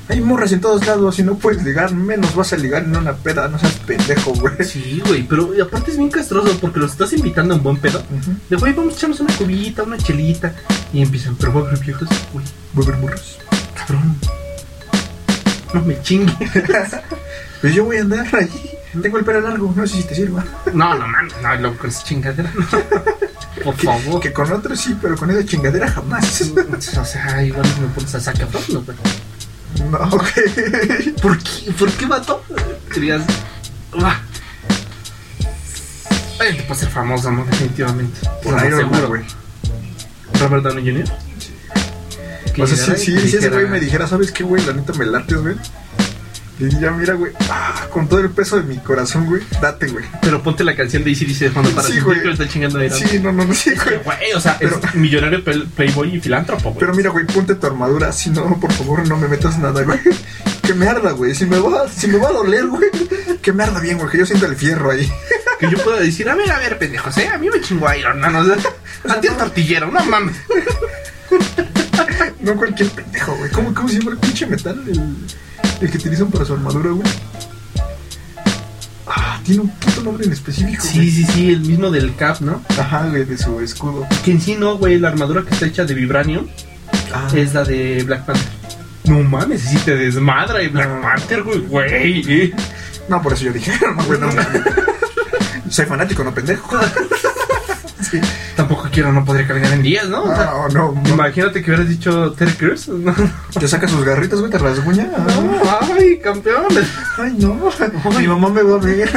Speaker 2: Hay morras en todos lados y no puedes ligar, menos vas a ligar en una peda, no seas pendejo, güey.
Speaker 1: Sí, güey, pero aparte es bien castroso porque los estás invitando a un buen pedo.
Speaker 2: Ujú.
Speaker 1: De, güey, vamos a echarnos una cubita, una chelita. Y empiezan, pero va a haber viejas, güey,
Speaker 2: Voy a ver morras.
Speaker 1: cabrón. No me chingue.
Speaker 2: Pues yo voy a andar allí. Tengo el pelo largo, no sé si te sirva.
Speaker 1: No, no, man, no, loco, con esa chingadera. no. Por
Speaker 2: Que,
Speaker 1: favor.
Speaker 2: que con otros sí, pero con esa chingadera jamás.
Speaker 1: O sea, igual me pones a sacar no, pero.
Speaker 2: No, ok.
Speaker 1: ¿Por qué, ¿Por qué mató? Ah. Querías. Uah. Ay, te puede ser famoso, ¿no? Definitivamente.
Speaker 2: Por
Speaker 1: Eso
Speaker 2: Iron Man,
Speaker 1: seguro.
Speaker 2: güey.
Speaker 1: Robert Downey Jr. Que
Speaker 2: O sea,
Speaker 1: llegara
Speaker 2: si,
Speaker 1: y te
Speaker 2: si, si ese
Speaker 1: dijera,
Speaker 2: güey me dijera, ¿sabes qué, güey? La neta me lates, güey. Y ya mira, güey, ah, con todo el peso de mi corazón, güey, date, güey.
Speaker 1: Pero ponte la canción de Easy dice de fondo para
Speaker 2: Sí,
Speaker 1: sentir
Speaker 2: güey.
Speaker 1: que lo está chingando a Iron Man.
Speaker 2: Sí, no, no, no, sí, güey.
Speaker 1: Güey, o sea, es
Speaker 2: Pero-
Speaker 1: millonario pel- playboy y filántropo, güey.
Speaker 2: Pero mira, güey, ponte tu armadura. Si no, por favor, no me metas nada, güey. Que me arda, güey. Si me va, si me va a doler, güey. Que me arda bien, güey. Que yo siento el fierro ahí.
Speaker 1: Que yo pueda decir, a ver, a ver, pendejos, ¿eh? A mí me chingó Iron Man, o sea, a ti el tortillero, no mames.
Speaker 2: No cualquier pendejo, güey. ¿Cómo, ¿Cómo se llama el pinche metal? El, el que utilizan para su armadura, güey. Ah, tiene un puto nombre en específico,
Speaker 1: Sí,
Speaker 2: güey.
Speaker 1: sí, sí, el mismo del Cap, ¿no?
Speaker 2: Ajá, güey, de su escudo.
Speaker 1: Que en sí no, güey, la armadura que está hecha de vibranium
Speaker 2: Ah,
Speaker 1: es la de Black Panther. No mames, si te desmadra y Black
Speaker 2: No.
Speaker 1: Panther, güey, güey. eh.
Speaker 2: No, por eso yo dije, no, güey, no. Soy fanático, no pendejo. Sí.
Speaker 1: Tampoco quiero no podría caminar en días, ¿no? O sea,
Speaker 2: No, no, no.
Speaker 1: Imagínate que hubieras dicho Terry Crews. No,
Speaker 2: Te saca sus garritas, güey, te rasguña.
Speaker 1: Ah. ay, campeón.
Speaker 2: Ay, no. Mi mamá me va a ver.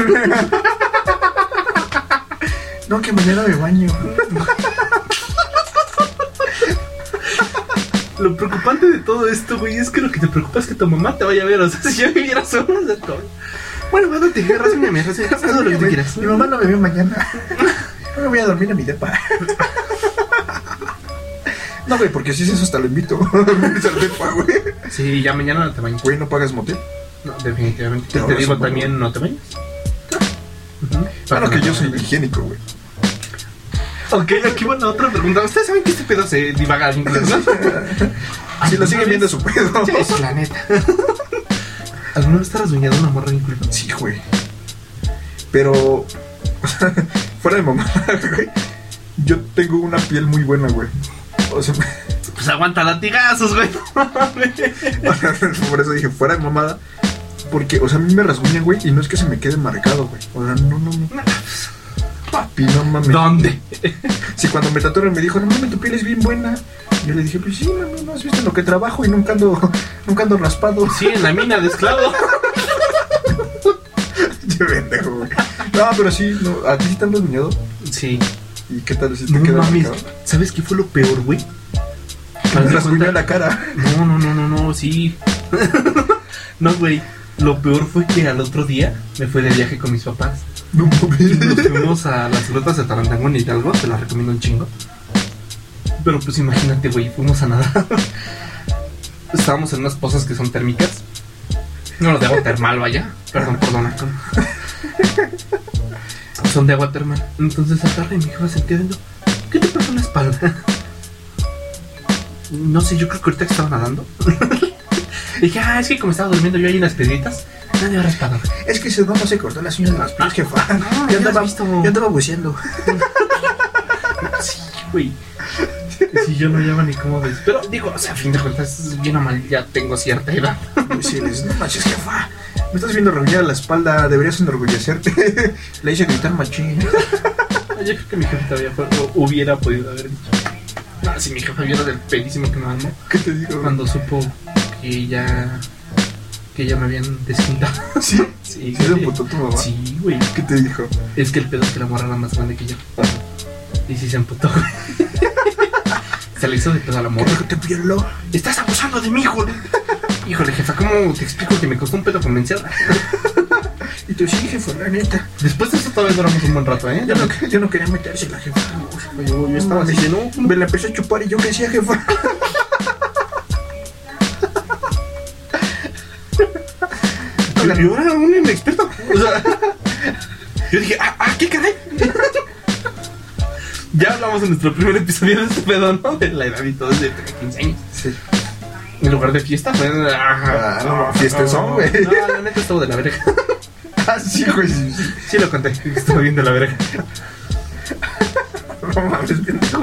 Speaker 2: No, que mañana me baño.
Speaker 1: Lo preocupante de todo esto, güey, es que lo que te preocupa es que tu mamá te vaya a ver. O sea, si yo viviera solo, o sea, como, Bueno, cuando te quieras, mi amiga, haz todo lo que tú quieras.
Speaker 2: Mi mamá no me vio mañana. No me voy a dormir a mi depa. No, güey, porque si es eso hasta lo invito. Dormir al depa, güey.
Speaker 1: Sí, ya mañana no te bañas.
Speaker 2: Güey, no pagas motel.
Speaker 1: No, definitivamente.
Speaker 2: Te
Speaker 1: Te,
Speaker 2: ahorras
Speaker 1: digo
Speaker 2: un poco.
Speaker 1: también, no te bañas. Ujú.
Speaker 2: Claro que yo soy higiénico, güey.
Speaker 1: Ok, aquí va la otra pregunta. Ustedes saben que este pedo se divaga al incluso.
Speaker 2: Si lo siguen viendo su pedo.
Speaker 1: Es la neta. ¿Alguna vez te has bañado una morra incluso?
Speaker 2: Sí, güey. Pero, o sea, fuera de mamá, güey. Yo tengo una piel muy buena, güey. O sea,
Speaker 1: Pues aguanta latigazos, güey. No mames.
Speaker 2: por eso dije, fuera de mamada. Porque, o sea, a mí me rasguñan, güey, y no es que se me quede marcado, güey. O sea, no, no, no. Papi, no mames.
Speaker 1: ¿Dónde?
Speaker 2: Si cuando me tatuaron me dijo, no mames, tu piel es bien buena. Yo le dije, pues sí, mami, no has visto en lo que trabajo y nunca ando, nunca ando raspado.
Speaker 1: Sí, en la mina de esclavo.
Speaker 2: Qué pendejo, güey. No, pero sí, no, a ti sí te han rasguñado.
Speaker 1: Sí.
Speaker 2: ¿Y qué tal si te
Speaker 1: No
Speaker 2: queda
Speaker 1: mames.
Speaker 2: marcado?
Speaker 1: ¿Sabes qué fue lo peor, güey?
Speaker 2: Me
Speaker 1: Haz de
Speaker 2: rasguñó
Speaker 1: cuenta-
Speaker 2: la cara.
Speaker 1: No, no, no, no, no, sí. no, güey. Lo peor fue que al otro día me fui de viaje con mis papás.
Speaker 2: No
Speaker 1: Nos
Speaker 2: mames.
Speaker 1: fuimos a las grutas de Tarantango en Hidalgo, te las recomiendo un chingo. Pero pues imagínate, güey, fuimos a nadar. Estábamos en unas pozas que son térmicas. No, los de agua termal, vaya. Perdón, perdona. Son de agua termal. Entonces agarra y mi jefa se queda viendo. ¿Qué te pasó en la espalda? No sé, yo creo que ahorita que estaba nadando. Dije, ah, es que como estaba durmiendo yo ahí en las piedritas, nadie habrá espalda.
Speaker 2: Es que se no se cortó las uñas de las pies, jefa.
Speaker 1: no, Ah, ya
Speaker 2: yo,
Speaker 1: las
Speaker 2: andaba,
Speaker 1: visto.
Speaker 2: yo andaba buceando.
Speaker 1: Sí, güey. Si yo no llamo ni cómo ves. Pero digo, o sea, a fin de cuentas, bien o mal, ya tengo cierta edad.
Speaker 2: Sí, le dices, no manches, jefa. Me estás viendo reunida la espalda, deberías enorgullecerte. Le hice gritar machín.
Speaker 1: Ah, Yo creo que mi jefe todavía fue- o hubiera podido haber dicho. No, si mi jefe viera del pedísimo que me mandó
Speaker 2: ¿Qué te digo? güey?
Speaker 1: cuando supo que ya. que ya me habían desquintado.
Speaker 2: ¿Sí?
Speaker 1: Sí,
Speaker 2: ¿Sí se
Speaker 1: güey.
Speaker 2: emputó tu mamá?
Speaker 1: Sí, güey.
Speaker 2: ¿Qué te dijo?
Speaker 1: Es que el pedo es que la morra era más grande que yo. Y sí se emputó, güey. Se le hizo de pedo a la
Speaker 2: ¿Qué
Speaker 1: morra.
Speaker 2: dijo? ¿Te violó?
Speaker 1: Estás abusando de mi hijo. Híjole, jefa, ¿cómo te explico que me costó un pedo convencerla?
Speaker 2: Y tú, sí, jefa, la neta.
Speaker 1: Después de eso todavía duramos un buen rato, ¿eh?
Speaker 2: Yo no, yo no quería meterse la jefa.
Speaker 1: yo, yo estaba así de no.
Speaker 2: Me la empezó a chupar y yo qué hacía, jefa.
Speaker 1: Pero yo era un inexperto. O sea, yo dije, ah, ah, ¿qué caray? Ya hablamos en nuestro primer episodio de este pedo, ¿no? De la edad y todo, de 15 años.
Speaker 2: Sí.
Speaker 1: En lugar de fiesta, fue. Ah,
Speaker 2: Ah, no, fiestas son, güey.
Speaker 1: No, la neta estuvo de la verga.
Speaker 2: Ah, sí, güey. sí, sí.
Speaker 1: Sí lo conté, que estuvo bien de la verga.
Speaker 2: No mames, pendejo.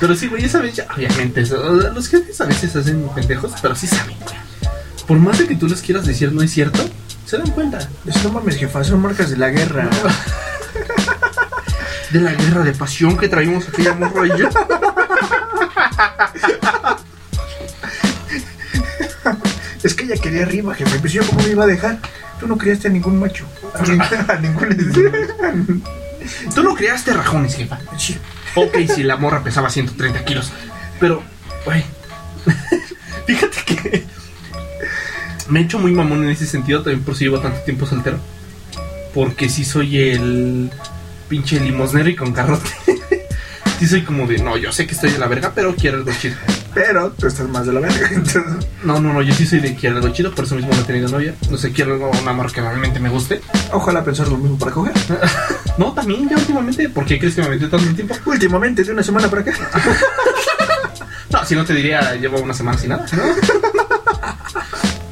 Speaker 1: Pero sí, güey, esa vez ya, obviamente, eso- los jefes a veces hacen pendejos, pero sí saben, güey. Por más de que tú les quieras decir no es cierto, se dan cuenta.
Speaker 2: Dice, No mames, jefa, son marcas de la guerra.
Speaker 1: De la guerra de pasión que traímos aquella morra y yo.
Speaker 2: Es que ella quería arriba, jefe. Pues yo cómo me iba a dejar. Tú no criaste a ningún macho. A, nin- a ningún les-
Speaker 1: Tú no creaste rajones, jefa.
Speaker 2: Sí.
Speaker 1: Ok, si la morra pesaba 130 kilos. Pero, güey. Fíjate que. Me he hecho muy mamón en ese sentido. También por si llevo tanto tiempo soltero. Porque sí soy el. Pinche limosnero y con garrote. sí soy como de. No, yo sé que estoy de la verga, pero quiero algo chido.
Speaker 2: Pero tú estás más de la verga. Entonces,
Speaker 1: No, no, no, yo sí soy de quiero algo chido. Por eso mismo no he tenido novia. No sé, quiero algo, un amor que realmente me guste.
Speaker 2: ojalá pensar lo mismo para coger.
Speaker 1: No, también ya últimamente. ¿Por qué crees que me metí tanto tiempo?
Speaker 2: Últimamente, de una semana para acá.
Speaker 1: No, si no te diría, llevo una semana sin nada, ¿no?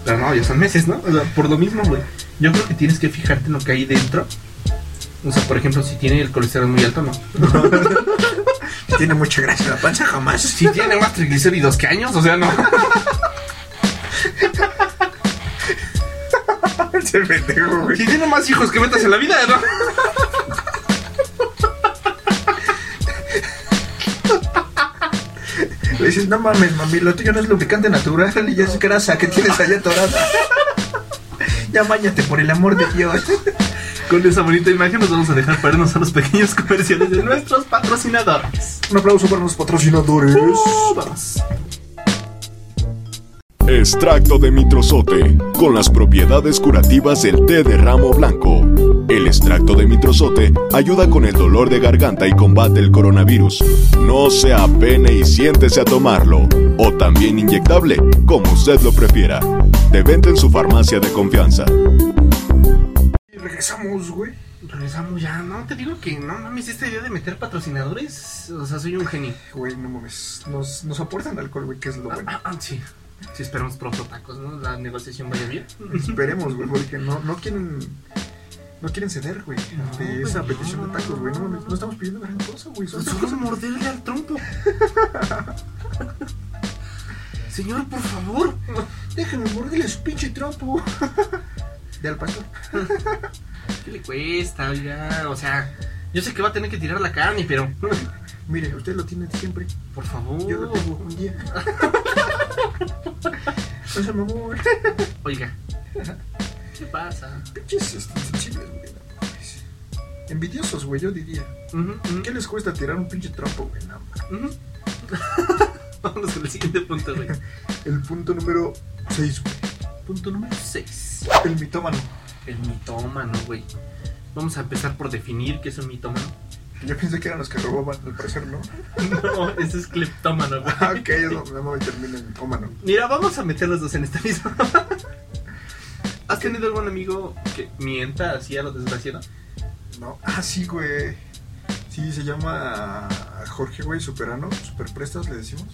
Speaker 1: Pero no, ya son meses, ¿no? O sea, por lo mismo, güey. Yo creo que tienes que fijarte en lo que hay dentro. O sea, por ejemplo, si tiene el colesterol muy alto, no.
Speaker 2: Tiene mucha gracia la panza, jamás.
Speaker 1: Si tiene más triglicéridos que años, o sea, no.
Speaker 2: Se pendejo, güey.
Speaker 1: Si tiene más hijos que metas en la vida, ¿no?
Speaker 2: Le dices, no mames, mami, lo tuyo no es lubricante natural y ya es grasa que tienes allá atorada. Ya bañate, por el amor de Dios.
Speaker 1: Con esa bonita imagen nos vamos a dejar para irnos a los pequeños comerciales de nuestros patrocinadores.
Speaker 2: Un aplauso para los patrocinadores.
Speaker 1: Uh, vamos.
Speaker 3: Extracto de mitrozote con las propiedades curativas del té de ramo blanco. El extracto de mitrozote ayuda con el dolor de garganta y combate el coronavirus. No se apene y siéntese a tomarlo, o también inyectable, como usted lo prefiera. De venta en su farmacia de confianza.
Speaker 2: Y regresamos, güey.
Speaker 1: Regresamos ya, no, te digo que no mames, esta idea de meter patrocinadores, o sea, soy un genio.
Speaker 2: Güey, no mames. Nos, nos aportan alcohol, güey, que es lo
Speaker 1: Ah,
Speaker 2: bueno.
Speaker 1: ah, ah, sí, sí, esperamos pronto tacos, ¿no? La negociación vaya bien.
Speaker 2: Esperemos, güey, porque no, no quieren. No quieren ceder, güey, ante
Speaker 1: güey,
Speaker 2: esa
Speaker 1: no,
Speaker 2: petición
Speaker 1: no,
Speaker 2: de tacos, güey. No,
Speaker 1: no,
Speaker 2: mames, no estamos pidiendo gran cosa, güey. Son
Speaker 1: Solo es morderle al trompo. Señor, por favor.
Speaker 2: Déjenme morderle su pinche trompo. De al pastor.
Speaker 1: ¿Qué le cuesta, oiga? O sea, yo sé que va a tener que tirar la carne, pero
Speaker 2: Mire, usted lo tiene siempre.
Speaker 1: por favor.
Speaker 2: Yo lo tengo un día. Pues, No se mamó, güey.
Speaker 1: Oiga. ¿Qué pasa?
Speaker 2: Pinches este, chiles, güey. no mames. Envidiosos, güey, yo diría.
Speaker 1: Ujú, ujú,
Speaker 2: ¿Qué les cuesta tirar un pinche trompo, güey? No, mames.
Speaker 1: ujú. Vámonos con el siguiente punto, güey.
Speaker 2: El punto número 6, güey.
Speaker 1: Punto número 6.
Speaker 2: El mitómano.
Speaker 1: El mitómano, güey. Vamos a empezar por definir qué es un mitómano.
Speaker 2: Yo pensé que eran los que robaban, al parecer, ¿no?
Speaker 1: No, ese es cleptómano, güey.
Speaker 2: Ah, ok, eso no me termina el mitómano.
Speaker 1: Mira, vamos a meter los dos en esta misma. ¿Has tenido algún amigo que mienta así a lo desgraciado?
Speaker 2: No. Ah, sí, güey. Sí, se llama Jorge, güey, superano. Superprestas, le decimos.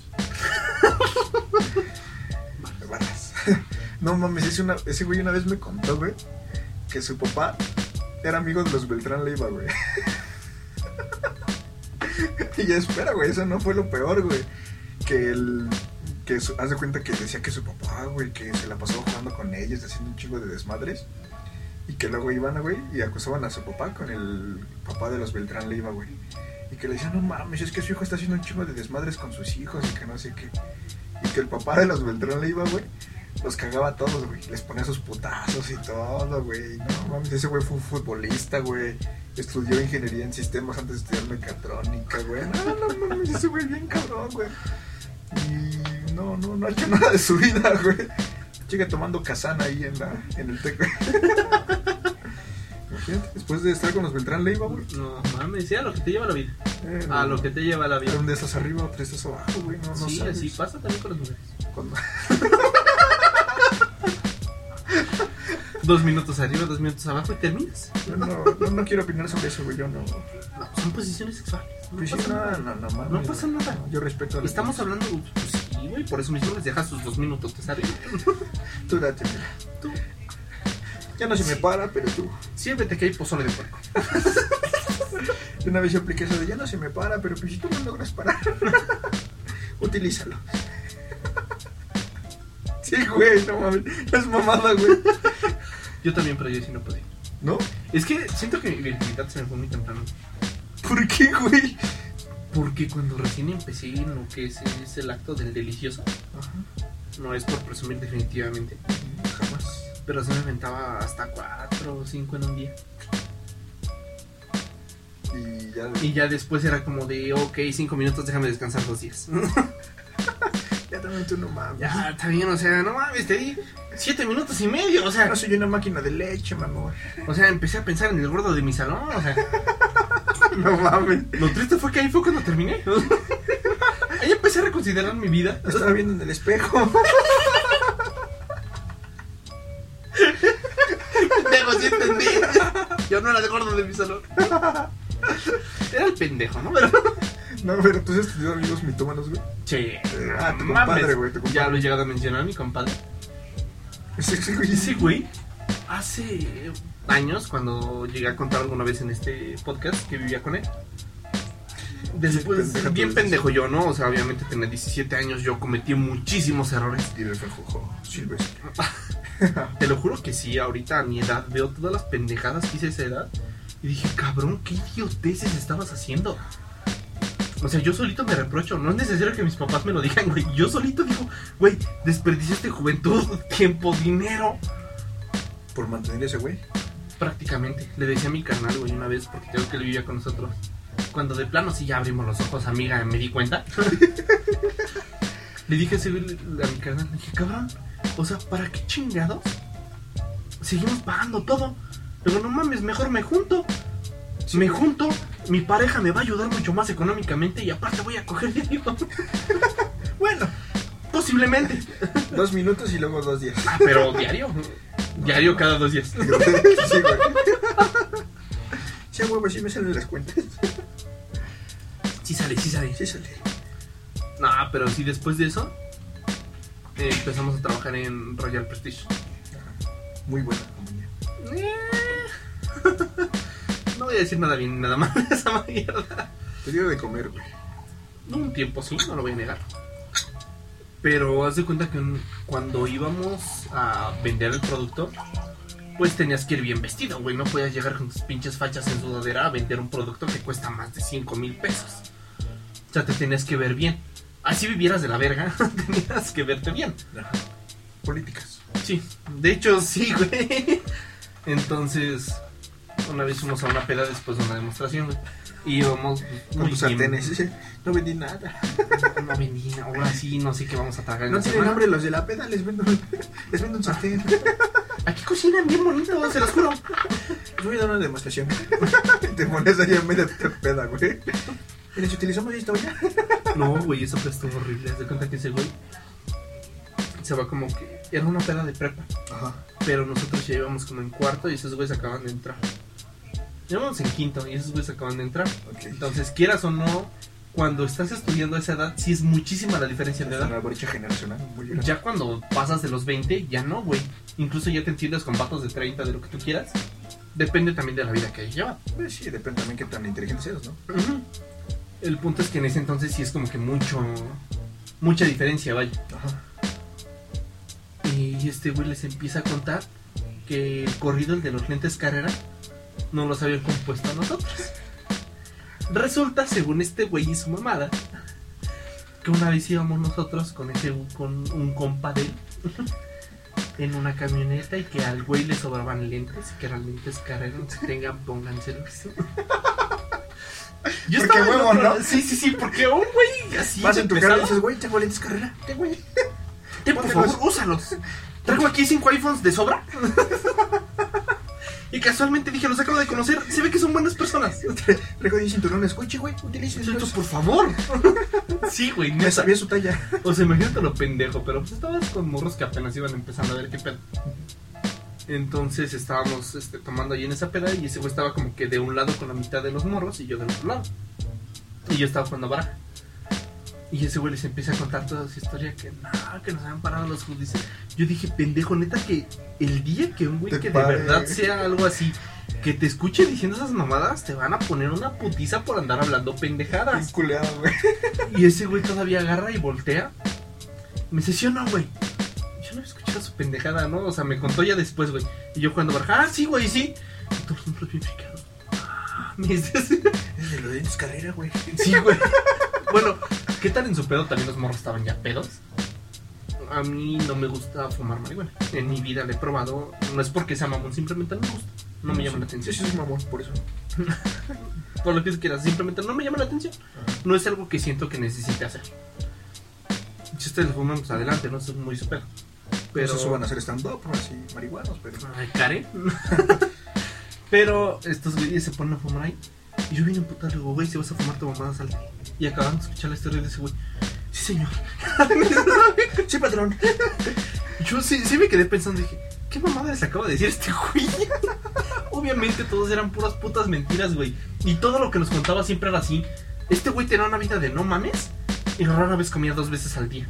Speaker 2: Barras. No mames, ese, una- ese güey una vez me contó, güey, que su papá era amigo de los Beltrán Leiva, güey. Y ya espera, güey, eso no fue lo peor, güey. Que el. Que su- haz de cuenta que decía que su papá, güey, que se la pasaba jugando con ellos, haciendo un chingo de desmadres. Y que luego iban, güey, y acusaban a su papá con el papá de los Beltrán Leiva, güey. Y que le decían, no mames, es que su hijo está haciendo un chingo de desmadres con sus hijos y que no sé qué. Y que el papá de los Beltrán Leiva, güey, los cagaba a todos, güey. Les ponía sus putazos y todo, güey. No mames, ese güey fue un futbolista, güey. Estudió ingeniería en sistemas antes de estudiar mecatrónica, güey. No, no mames, ese güey bien cabrón, güey. Y no, no, no ha hecho nada de su vida, güey. Sigue tomando casana ahí en, la, en el tec, güey. Imagínate, Después de estar con los Beltrán Leiva, güey.
Speaker 1: No mames, sea lo que te lleva la vida.
Speaker 2: eh,
Speaker 1: A
Speaker 2: no.
Speaker 1: lo que te lleva la vida.
Speaker 2: Un de esos arriba, tres de esos abajo, güey. No, no
Speaker 1: sí,
Speaker 2: sabes.
Speaker 1: así pasa también con las mujeres.
Speaker 2: Cuando-
Speaker 1: Dos minutos arriba, dos minutos abajo y terminas.
Speaker 2: Yo no, no, no quiero opinar sobre eso, güey. Yo no.
Speaker 1: No, son posiciones sexuales. No
Speaker 2: Pues sí,
Speaker 1: pasa
Speaker 2: no,
Speaker 1: nada.
Speaker 2: no, no, mames,
Speaker 1: No pasa
Speaker 2: güey.
Speaker 1: nada.
Speaker 2: Yo respeto a la-
Speaker 1: Estamos hablando, pues sí, güey, por eso mismo les dejas sus dos minutos arriba.
Speaker 2: Tú date, mira.
Speaker 1: Tú.
Speaker 2: Ya no se me para, pero tú.
Speaker 1: Siéntete que hay pozole de puerco.
Speaker 2: Yo Una vez yo apliqué eso de ya no se me para, pero pues si tú no logras parar, utilízalo. Sí, güey, no mames. No es mamada, güey.
Speaker 1: Yo también, pero yo sí no podía.
Speaker 2: ¿No?
Speaker 1: Es que siento que mi virginidad se me fue muy temprano.
Speaker 2: ¿Por qué, güey?
Speaker 1: Porque cuando recién empecé en lo que es, es el acto del delicioso, no es por presumir definitivamente, pues,
Speaker 2: Jamás.
Speaker 1: pero se me inventaba hasta cuatro o cinco en un día.
Speaker 2: Y ya.
Speaker 1: Y ya después era como de, ok, cinco minutos, déjame descansar dos días.
Speaker 2: Ya también tú no mames.
Speaker 1: ya, está bien, o sea, no mames, te di siete minutos y medio, o
Speaker 2: Ya
Speaker 1: sea,
Speaker 2: No soy una máquina de leche, mamón.
Speaker 1: o sea, empecé a pensar en el gordo de mi salón, o sea,
Speaker 2: No mames.
Speaker 1: lo triste fue que ahí fue cuando terminé. ahí empecé a reconsiderar mi vida.
Speaker 2: Lo estaba viendo en el espejo.
Speaker 1: Pendejo, sí entendí. Yo no era el gordo de mi salón. Era el pendejo, ¿no? Pero...
Speaker 2: No, pero tú has estudiado amigos mitómanos, güey.
Speaker 1: Che,
Speaker 2: Ah, tu
Speaker 1: mames.
Speaker 2: compadre, güey, tu compadre.
Speaker 1: Ya lo he llegado a mencionar, mi compadre.
Speaker 2: Sí, sí, güey.
Speaker 1: Ese güey, hace años, cuando llegué a contar alguna vez en este podcast que vivía con él. Después,
Speaker 2: Pendeja,
Speaker 1: bien
Speaker 2: tú eres.
Speaker 1: pendejo pues. yo, ¿no? O sea, obviamente tenía 17 años, yo cometí muchísimos errores.
Speaker 2: Y el fejojo, Silvestre.
Speaker 1: Te lo juro que sí, ahorita a mi edad veo todas las pendejadas que hice a esa edad y dije, cabrón, qué idioteces estabas haciendo. O sea, yo solito me reprocho, no es necesario que mis papás me lo digan, güey. Yo solito digo, güey, desperdiciaste juventud, tiempo, dinero.
Speaker 2: Por mantener ese güey.
Speaker 1: Prácticamente, le decía a mi carnal, güey, una vez, porque creo que él vivía con nosotros. Cuando de plano sí ya abrimos los ojos, amiga, me di cuenta. le dije a ese güey, a mi carnal, le dije, cabrón, O sea, ¿para qué chingados? Seguimos pagando todo. Pero no mames, mejor me junto. me junto, mi pareja me va a ayudar mucho más económicamente y aparte voy a coger dinero.
Speaker 2: Bueno,
Speaker 1: Posiblemente.
Speaker 2: dos minutos y luego dos días.
Speaker 1: Ah, pero diario. Diario cada dos días.
Speaker 2: sí, güey. Sí, huevo, sí me salen las cuentas.
Speaker 1: Sí sale, sí sale.
Speaker 2: Sí sale.
Speaker 1: No, pero sí después de eso eh, empezamos a trabajar en Royal Prestige. Eh,
Speaker 2: Muy buena compañía.
Speaker 1: No voy a decir nada bien, nada mal de esa mierda.
Speaker 2: Te dio de comer, güey.
Speaker 1: No, un tiempo sí, no lo voy a negar. Pero haz de cuenta que un- cuando íbamos a vender el producto, pues tenías que ir bien vestido, güey. No podías llegar con tus pinches fachas en sudadera a vender un producto que cuesta más de 5 mil pesos. O sea, te tenías que ver bien. Así vivieras de la verga, tenías que verte bien.
Speaker 2: Políticas.
Speaker 1: Sí, de hecho sí, güey. Entonces, una vez fuimos a una peda después de una demostración, güey. Y íbamos pues,
Speaker 2: Con
Speaker 1: muy
Speaker 2: tus
Speaker 1: bien.
Speaker 2: sartenes. sí, sí. No vendí nada.
Speaker 1: No vendí, ahora sí, no sé qué vamos a tragar. en
Speaker 2: No
Speaker 1: la
Speaker 2: tienen
Speaker 1: semana.
Speaker 2: hambre los de la peda, les vendo, les vendo un sartén.
Speaker 1: Aquí cocinan bien bonito, se los juro.
Speaker 2: Yo voy a dar una demostración. Y te pones ahí en medio de tu peda, güey. ¿Y les utilizamos esta olla?
Speaker 1: No, güey, eso fue estuvo horrible. Haz de cuenta que ese güey se va como que. Era una peda de prepa,
Speaker 2: Ajá.
Speaker 1: pero nosotros ya íbamos como en cuarto y esos güeyes acaban de entrar. Llevamos en quinto y esos güeyes acaban de entrar.
Speaker 2: Ok.
Speaker 1: Entonces, quieras o no, cuando estás estudiando a esa edad, sí es muchísima la diferencia de
Speaker 2: Es una
Speaker 1: edad.
Speaker 2: brecha generacional muy grande.
Speaker 1: Ya cuando pasas de los 20, ya no, güey. Incluso ya te entiendes con vatos de 30, de lo que tú quieras. Depende también de la vida que lleva.
Speaker 2: Pues sí, depende también qué tan inteligente seas, ¿no?
Speaker 1: Ujú. El punto es que en ese entonces sí es como que mucho. Mucha diferencia, vaya.
Speaker 2: Ajá.
Speaker 1: Y este güey les empieza a contar que el corrido, el de los lentes carrera, no los habían compuesto a nosotros. Resulta, según este güey y su mamada, que una vez íbamos nosotros con, ese, con un compa de él en una camioneta y que al güey le sobraban lentes y que eran lentes carrera, no se tengan, pónganselos. Yo
Speaker 2: Porque
Speaker 1: estaba del
Speaker 2: huevo,
Speaker 1: otro
Speaker 2: ¿no?
Speaker 1: lado- Sí, sí, sí, porque un güey así.
Speaker 2: Vas en tu
Speaker 1: pesado,
Speaker 2: cara y dices, güey, tengo lentes carrera. Te güey.
Speaker 1: Ten, por
Speaker 2: Póntelos.
Speaker 1: favor, úsalos. Traigo aquí cinco iPhones de sobra. y casualmente dije, los acabo de conocer. Se ve que son buenas personas.
Speaker 2: Traigo 10 cinturones. Oye, güey,
Speaker 1: Entonces,
Speaker 2: utilícenlos.
Speaker 1: por favor. sí, güey,
Speaker 2: Ya
Speaker 1: neta.
Speaker 2: sabía su talla.
Speaker 1: O sea, imagínate lo pendejo, pero pues estabas con morros que apenas iban empezando a ver qué pedo. Entonces estábamos este, tomando ahí en esa peda y ese güey estaba como que de un lado con la mitad de los morros y yo del otro lado. Y yo estaba jugando baraja. Y ese güey les empieza a contar toda su historia que no, que nos habían parado los judíos. Yo dije, pendejo, neta que el día que un güey
Speaker 2: Te
Speaker 1: que
Speaker 2: pare.
Speaker 1: de verdad sea algo así, que te escuche diciendo esas mamadas, te van a poner una putiza por andar hablando pendejadas.
Speaker 2: Bien culeado, güey.
Speaker 1: Y ese güey todavía agarra y voltea. Me dice, ¿sí o no, güey? Yo no he escuchado su pendejada, ¿no? O sea, me contó ya después, güey. Y yo cuando barra, ah, sí, güey, sí. Y todos nosotros bien picados. Ah, me dices,
Speaker 2: Es de los lentes carrera, güey.
Speaker 1: sí, güey. Bueno, ¿qué tal en su pedo? También los morros estaban ya pedos. A mí no me gusta fumar marihuana. En mi vida le he probado. No es porque sea mamón, simplemente no me gusta. No me llama la atención.
Speaker 2: Sí, sí, soy mamón, por eso.
Speaker 1: por lo que quieras, simplemente no me llama la atención. No es algo que siento que necesite hacer. Si ustedes lo fuman, pues adelante, no es muy super. Pero.
Speaker 2: Pero eso van a hacer stand-up, ¿no? así, marihuanos, pero...
Speaker 1: Ay, Karen. pero estos güeyes se ponen a fumar ahí. Y yo vine a putar, le digo, güey, si vas a fumar tu mamada, salte. Y acaban de escuchar la historia de ese güey. Sí, señor.
Speaker 2: Sí, patrón.
Speaker 1: Yo sí, sí me quedé pensando, dije, ¿qué mamada les acaba de decir este güey? Obviamente todos eran puras putas mentiras, güey. Y todo lo que nos contaba siempre era así. Este güey tenía una vida de no mames y rara vez comía dos veces al día.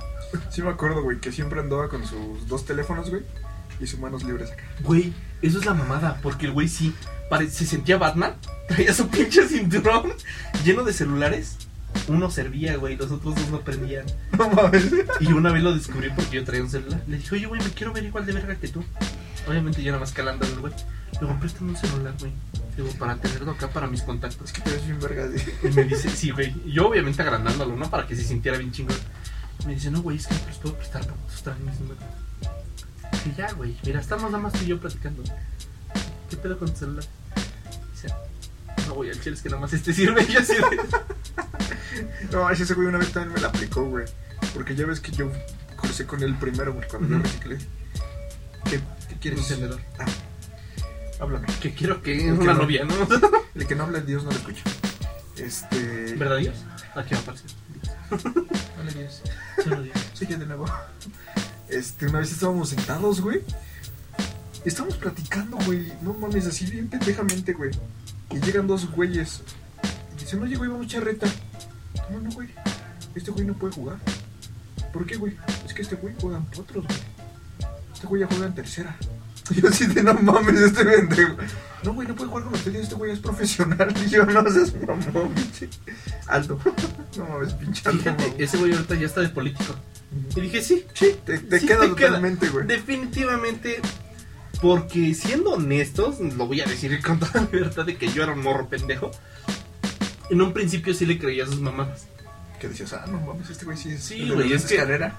Speaker 2: Sí me acuerdo, güey, que siempre andaba con sus dos teléfonos, güey, y sus manos libres acá.
Speaker 1: Güey, eso es la mamada, porque el güey sí pare- se sentía Batman, traía su pinche cinturón lleno de celulares. Uno servía, güey, los otros dos no prendían.
Speaker 2: No mames.
Speaker 1: Y una vez lo descubrí porque yo traía un celular. Le dije, oye, güey, me quiero ver igual de verga que tú. Obviamente yo nada más calando al güey. Le digo, préstame un celular, güey. Digo, para tenerlo acá para mis contactos.
Speaker 2: Es que te ves bien verga, güey.
Speaker 1: Y me dice, sí, güey. Y Yo obviamente agrandándolo, ¿no? Para que se sintiera bien chingón. Me dice, no, güey, es que no te los puedo prestar para mostrar mis números. Y ya, güey. Mira, estamos nada más tú y yo platicando. ¿Qué pedo con tu celular? Dice, no, güey, al chile es que nada más este sirve. Y yo así de-
Speaker 2: No, ese güey una vez también me la aplicó, güey. Porque ya ves que yo cursé con él primero, güey, cuando
Speaker 1: Ujú.
Speaker 2: yo reciclé. ¿Qué, qué quieres?
Speaker 1: Encendedor.
Speaker 2: Ah, háblame.
Speaker 1: Que quiero que
Speaker 2: Es que
Speaker 1: una
Speaker 2: no.
Speaker 1: novia, ¿no?
Speaker 2: El que no habla Dios no lo escucha. Este.
Speaker 1: ¿Verdad, Dios? Aquí va a aparecer.
Speaker 2: Hola, Dios.
Speaker 1: Solo Dios.
Speaker 2: Soy yo de nuevo. Este, una vez estábamos sentados, güey. Estamos platicando, güey. No mames, así bien pendejamente, güey. Y llegan dos güeyes. Y dicen, oye, güey, vamos a echar reta. No, no, güey. Este güey no puede jugar. ¿Por qué, güey? Es que este güey juega en otros, güey. Este güey ya juega en tercera. Y yo así de, no mames, este pendejo. No, güey, no puede jugar con ustedes. Este güey es profesional. Y yo, no seas mamón, pinche. Alto. No mames, pinche alto. mamón.
Speaker 1: Fíjate, ese güey ahorita ya está de político. Y dije, sí,
Speaker 2: Sí, te, te
Speaker 1: Sí
Speaker 2: queda
Speaker 1: te queda.
Speaker 2: totalmente, güey.
Speaker 1: Definitivamente, porque siendo honestos, lo voy a decir con toda la libertad de que yo era un morro pendejo. En un principio sí le creía a sus mamadas.
Speaker 2: Que decías, ah, no mames, este güey sí es.
Speaker 1: Sí,
Speaker 2: el de
Speaker 1: güey,
Speaker 2: la
Speaker 1: es que-
Speaker 2: escalera.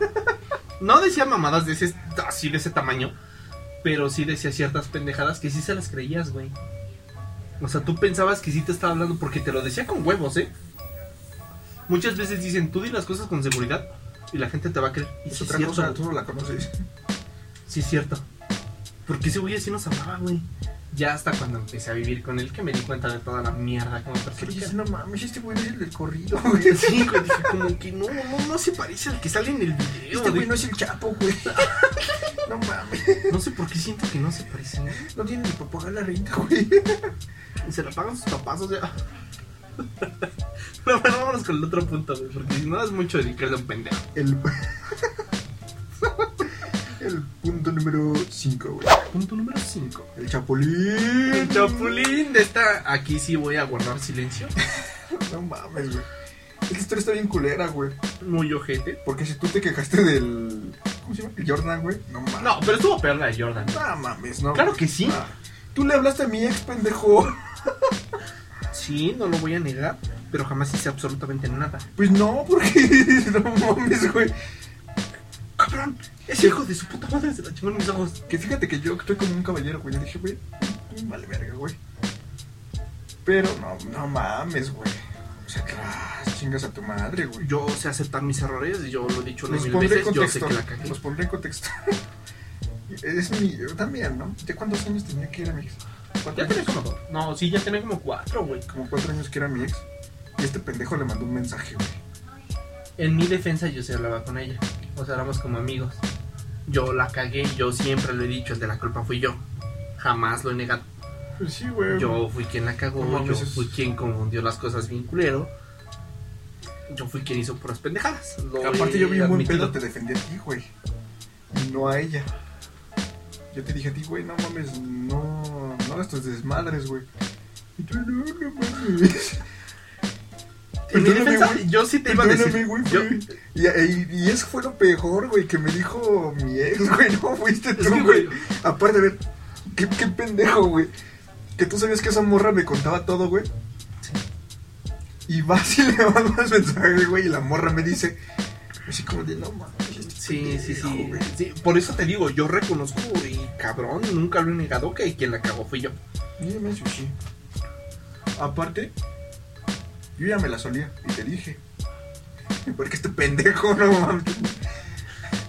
Speaker 1: No decía mamadas de ese, así de ese tamaño, pero sí decía ciertas pendejadas que sí se las creías, güey. O sea, tú pensabas que sí te estaba hablando porque te lo decía con huevos, ¿eh? Muchas veces dicen, tú di las cosas con seguridad y la gente te va a creer. Y
Speaker 2: Es
Speaker 1: sí es
Speaker 2: otra
Speaker 1: cierto,
Speaker 2: cosa,
Speaker 1: güey.
Speaker 2: tú no la conoces.
Speaker 1: Sí, es cierto. Porque ese güey así nos amaba, güey. Ya hasta cuando empecé a vivir con él que me di cuenta de toda la mierda como
Speaker 2: Que
Speaker 1: persona. que
Speaker 2: dices,
Speaker 1: era.
Speaker 2: no mames, este güey no es el del corrido, güey.
Speaker 1: Sí, güey, dije, como que no, no, no se parece al que sale en el video.
Speaker 2: Este güey
Speaker 1: dije,
Speaker 2: no es el chapo, güey. No mames,
Speaker 1: no sé por qué siento que no se parece. ¿no?
Speaker 2: no tiene ni para pagar la renta, güey.
Speaker 1: Y se la pagan sus papás, o sea. No, pero vámonos con el otro punto, güey, porque si no es mucho dedicarle a un pendejo.
Speaker 2: El. El punto número 5, güey.
Speaker 1: Punto número 5.
Speaker 2: El chapulín.
Speaker 1: El chapulín de esta. Aquí sí voy a guardar silencio.
Speaker 2: No mames, güey. Esta historia está bien culera, güey.
Speaker 1: Muy ojete.
Speaker 2: Porque si tú te quejaste del. ¿Cómo se llama? El Jordan, güey. No mames.
Speaker 1: No, pero estuvo peor la de Jordan.
Speaker 2: No mames, no.
Speaker 1: Claro que sí.
Speaker 2: Ah, Tú le hablaste a mi ex, pendejo.
Speaker 1: Sí, no lo voy a negar, pero jamás hice absolutamente nada.
Speaker 2: Pues no, porque no mames, güey.
Speaker 1: Cabrón, ese hijo de su puta madre se la chingó en mis ojos.
Speaker 2: Que fíjate que yo estoy como un caballero, güey. Yo dije, güey, tú vale verga, güey. Pero no, no mames, güey. O sea, que ah, chingas a tu madre, güey.
Speaker 1: Yo sé aceptar mis errores, yo lo he dicho una
Speaker 2: Los
Speaker 1: mil
Speaker 2: pondré en
Speaker 1: veces, yo sé
Speaker 2: contexto.
Speaker 1: que la cagué.
Speaker 2: Los pondré en contexto. es mi. Yo también, ¿no? ¿De cuántos años tenía que era mi ex? ¿Cuatro
Speaker 1: Ya tenía
Speaker 2: años?
Speaker 1: como dos. No, sí, ya tenía como cuatro, güey.
Speaker 2: Como cuatro años que era mi ex. Y este pendejo le mandó un mensaje, güey.
Speaker 1: En mi defensa yo se hablaba con ella. O sea, éramos como amigos. Yo la cagué, yo siempre lo he dicho, el de la culpa fui yo. Jamás lo he negado.
Speaker 2: Pues sí, güey.
Speaker 1: Yo fui quien la cagó,
Speaker 2: No mames,
Speaker 1: yo
Speaker 2: eso es-
Speaker 1: fui quien confundió las cosas bien culero. Yo fui quien hizo puras pendejadas. Lo
Speaker 2: Aparte
Speaker 1: he
Speaker 2: yo vi un buen
Speaker 1: admitido.
Speaker 2: pedo, te defendí a ti, güey. Y No a ella. Yo te dije a ti, güey, no mames, no, no hagas tus desmadres, güey. Y tú, no, no mames.
Speaker 1: En mi
Speaker 2: Perdóname,
Speaker 1: defensa,
Speaker 2: güey.
Speaker 1: yo sí te iba a
Speaker 2: Perdóname,
Speaker 1: decir.
Speaker 2: güey,
Speaker 1: yo-
Speaker 2: güey. Y, y- y eso fue lo peor, güey, que me dijo mi ex, güey, no fuiste
Speaker 1: Es
Speaker 2: tú,
Speaker 1: que,
Speaker 2: güey.
Speaker 1: güey,
Speaker 2: Aparte, a ver, qué, qué pendejo, güey. Que tú sabías que esa morra me contaba todo, güey. Y vas y le mandas mensaje, güey, y la morra me dice, así como de, no mames. este
Speaker 1: Sí, sí,
Speaker 2: pendejo,
Speaker 1: sí,
Speaker 2: güey".
Speaker 1: sí. Por eso te digo, yo reconozco y cabrón, nunca lo he negado que quien la cagó fui yo.
Speaker 2: Dígame sushi. Aparte, yo ya me la solía y te dije. Porque este pendejo, no mames.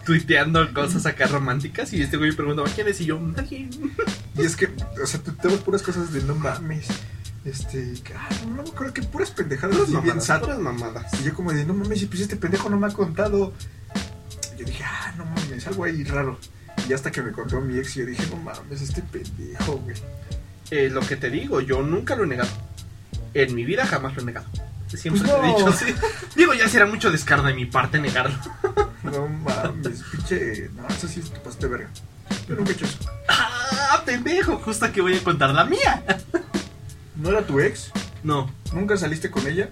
Speaker 1: Tuiteando cosas acá románticas y este güey me preguntaba quién es y yo, nadie.
Speaker 2: Y es que, o sea, te tengo puras cosas de no mames. Este, que, ah, no me acuerdo que puras pendejadas
Speaker 1: Puras
Speaker 2: así bien
Speaker 1: mamadas,
Speaker 2: satas.
Speaker 1: puras mamadas.
Speaker 2: Y yo como de, no mames, y pues este pendejo no me ha contado. Yo dije, ah, no mames, algo ahí raro. Y hasta que me contó mi ex, yo dije, no mames, este pendejo, güey.
Speaker 1: Eh, lo que te digo, yo nunca lo he negado. En mi vida jamás lo he negado. Siempre
Speaker 2: Pues
Speaker 1: te he
Speaker 2: no.
Speaker 1: dicho así. Digo, ya será mucho descargo de mi parte negarlo.
Speaker 2: No mames, pinche. No, eso sí, te pasaste verga. Yo nunca he hecho eso.
Speaker 1: ¡Ah, pendejo! Justo que voy a contar la mía.
Speaker 2: ¿No era tu ex?
Speaker 1: No,
Speaker 2: ¿Nunca saliste con ella?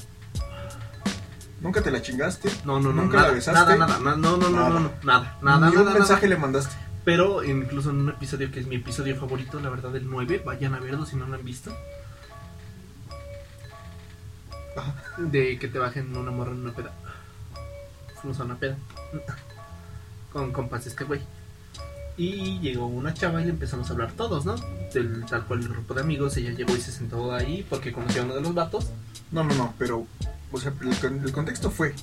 Speaker 2: ¿Nunca te la chingaste?
Speaker 1: no, no, no.
Speaker 2: ¿Nunca
Speaker 1: Nada,
Speaker 2: la besaste?
Speaker 1: nada, nada, na- no, no, no,
Speaker 2: Nada.
Speaker 1: no, no, nada, nada,
Speaker 2: Ni
Speaker 1: nada,
Speaker 2: un
Speaker 1: nada.
Speaker 2: mensaje le mandaste.
Speaker 1: Pero incluso en un episodio que es mi episodio favorito, la verdad, el 9, vayan a verlo si no lo han visto. De que te bajen una morra en una peda. Fuimos a una peda. Con compas de este güey. Y llegó una chava y le empezamos a hablar todos, ¿no? Del tal cual el grupo de amigos. Ella llegó y se sentó ahí porque conocía a uno de los vatos.
Speaker 2: No, no, no, pero. O sea, el, con- el contexto fue.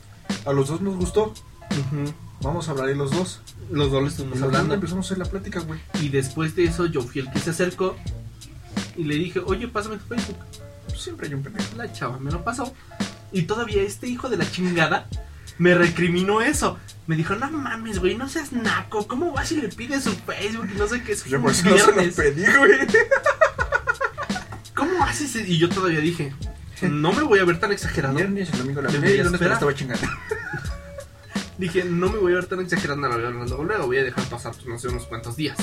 Speaker 2: A los dos nos gustó.
Speaker 1: Ujú.
Speaker 2: Vamos a hablar ahí los dos.
Speaker 1: Los dos le estuvimos
Speaker 2: Pues hablando,
Speaker 1: hablando.
Speaker 2: empezamos a hacer la plática, güey.
Speaker 1: Y después de eso, yo fui el que se acercó y le dije, oye, pásame tu Facebook.
Speaker 2: Pues, Siempre hay un pendejo.
Speaker 1: La chava me lo pasó. Y todavía este hijo de la chingada me recriminó eso. Me dijo, no mames, güey, no seas naco. ¿Cómo vas y le pides su Facebook y no sé qué es
Speaker 2: Pues, Yo
Speaker 1: un
Speaker 2: por eso no se lo
Speaker 1: Mm, viernes?
Speaker 2: pedí, güey.
Speaker 1: ¿Cómo haces? eso?" Y yo todavía dije, no me voy a ver tan exagerado.
Speaker 2: Viernes, el domingo, la
Speaker 1: Yo
Speaker 2: mañana, y
Speaker 1: quería
Speaker 2: el lunes me la
Speaker 1: esperar.
Speaker 2: estaba chingando.
Speaker 1: Dije, no me voy a ver tan exagerada, la voy a hablar luego, luego, voy a dejar pasar, pues, no sé, unos cuantos días.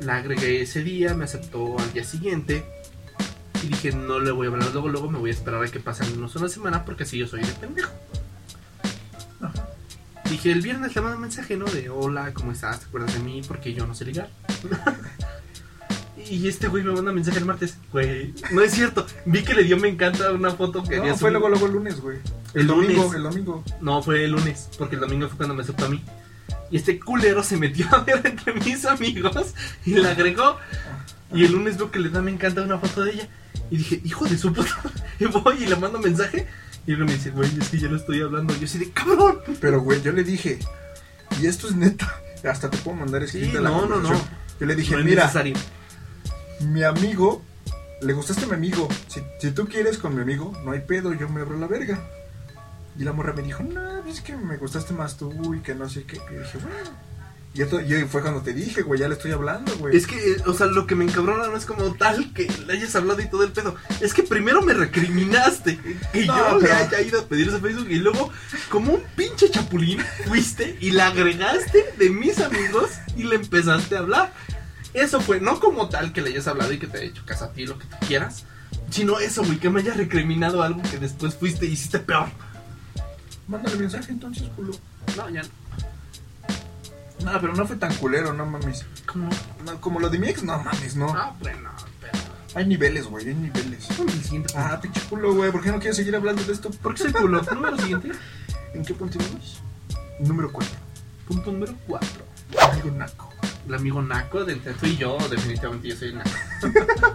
Speaker 1: La agregué ese día, me aceptó al día siguiente. Y dije, no le voy a hablar luego, luego me voy a esperar a que pasen unos una semana porque así yo soy de pendejo.
Speaker 2: Ajá.
Speaker 1: Dije, el viernes le mando un mensaje, ¿no? De hola, ¿cómo estás? ¿Te acuerdas de mí? Porque yo no sé ligar. y este güey me manda mensaje el martes. Güey, no es cierto. Vi que le dio me encanta una foto que había
Speaker 2: No,
Speaker 1: subido.
Speaker 2: fue luego, luego el lunes, güey. El,
Speaker 1: El
Speaker 2: domingo,
Speaker 1: lunes.
Speaker 2: el domingo.
Speaker 1: No, fue el lunes, porque el domingo fue cuando me aceptó a mí. Y este culero se metió a ver entre mis amigos y la agregó. Y el lunes veo que le da me encanta una foto de ella. Y dije, hijo de su puta. Y voy y le mando mensaje. Y él me dice, güey, es que ya lo estoy hablando. Yo así de cabrón.
Speaker 2: Pero, güey, yo le dije, y esto es neta. Hasta te puedo mandar
Speaker 1: Sí,
Speaker 2: escrito de la
Speaker 1: no, no, no.
Speaker 2: conversación. Yo le dije,
Speaker 1: no es
Speaker 2: mira,
Speaker 1: necesario.
Speaker 2: mi amigo, le gustaste a mi amigo. Si, si tú quieres con mi amigo, no hay pedo, yo me abro la verga. Y la morra me dijo, no, pues es que me gustaste más tú y que no sé qué. Y yo dije, bueno. Y, esto, y fue cuando te dije, güey, ya le estoy hablando, güey.
Speaker 1: Es que, eh, o sea, lo que me encabrona no es como tal que le hayas hablado y todo el pedo. Es que primero me recriminaste que
Speaker 2: No,
Speaker 1: yo le
Speaker 2: pero-
Speaker 1: haya ido a pedir ese Facebook y luego, como un pinche chapulín, fuiste y la agregaste de mis amigos y le empezaste a hablar. Eso fue, no como tal que le hayas hablado y que te haya hecho caso a ti, lo que tú quieras, sino eso, güey, que me hayas recriminado algo que después fuiste y hiciste peor.
Speaker 2: Mándale mensaje entonces, culo.
Speaker 1: No, ya no.
Speaker 2: No, pero no fue tan culero, no mames.
Speaker 1: ¿Cómo?
Speaker 2: No, como lo de mi ex, no mames, no.
Speaker 1: Ah, bueno, pero.
Speaker 2: Hay niveles, güey, hay niveles.
Speaker 1: Vamos al siguiente punto.
Speaker 2: Ah, pinche culo, güey, ¿por qué no quieres seguir hablando de esto?
Speaker 1: ¿Por qué soy culo? Número siguiente.
Speaker 2: ¿En qué punto íbamos? Número 4.
Speaker 1: Punto número 4.
Speaker 2: Algo naco.
Speaker 1: el amigo Naco de entre tú y yo, definitivamente yo soy el Naco.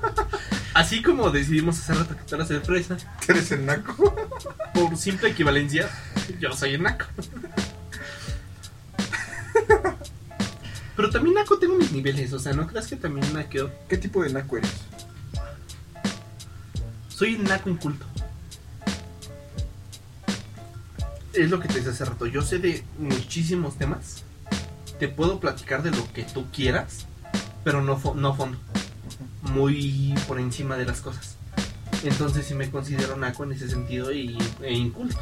Speaker 1: Así como decidimos hacer la tarjeta de fresa,
Speaker 2: ¿Qué eres el naco?
Speaker 1: por simple equivalencia, yo soy el Naco. Pero también Naco tengo mis niveles, o sea, ¿no creas que también Naqueo?
Speaker 2: ¿Qué tipo de naco eres?
Speaker 1: Soy el Naco inculto. Es lo que te decía hace rato, yo sé de muchísimos temas, te puedo platicar de lo que tú quieras, pero no, fo- no a fondo. muy por encima de las cosas. Entonces sí me considero naco en ese sentido y, e inculto.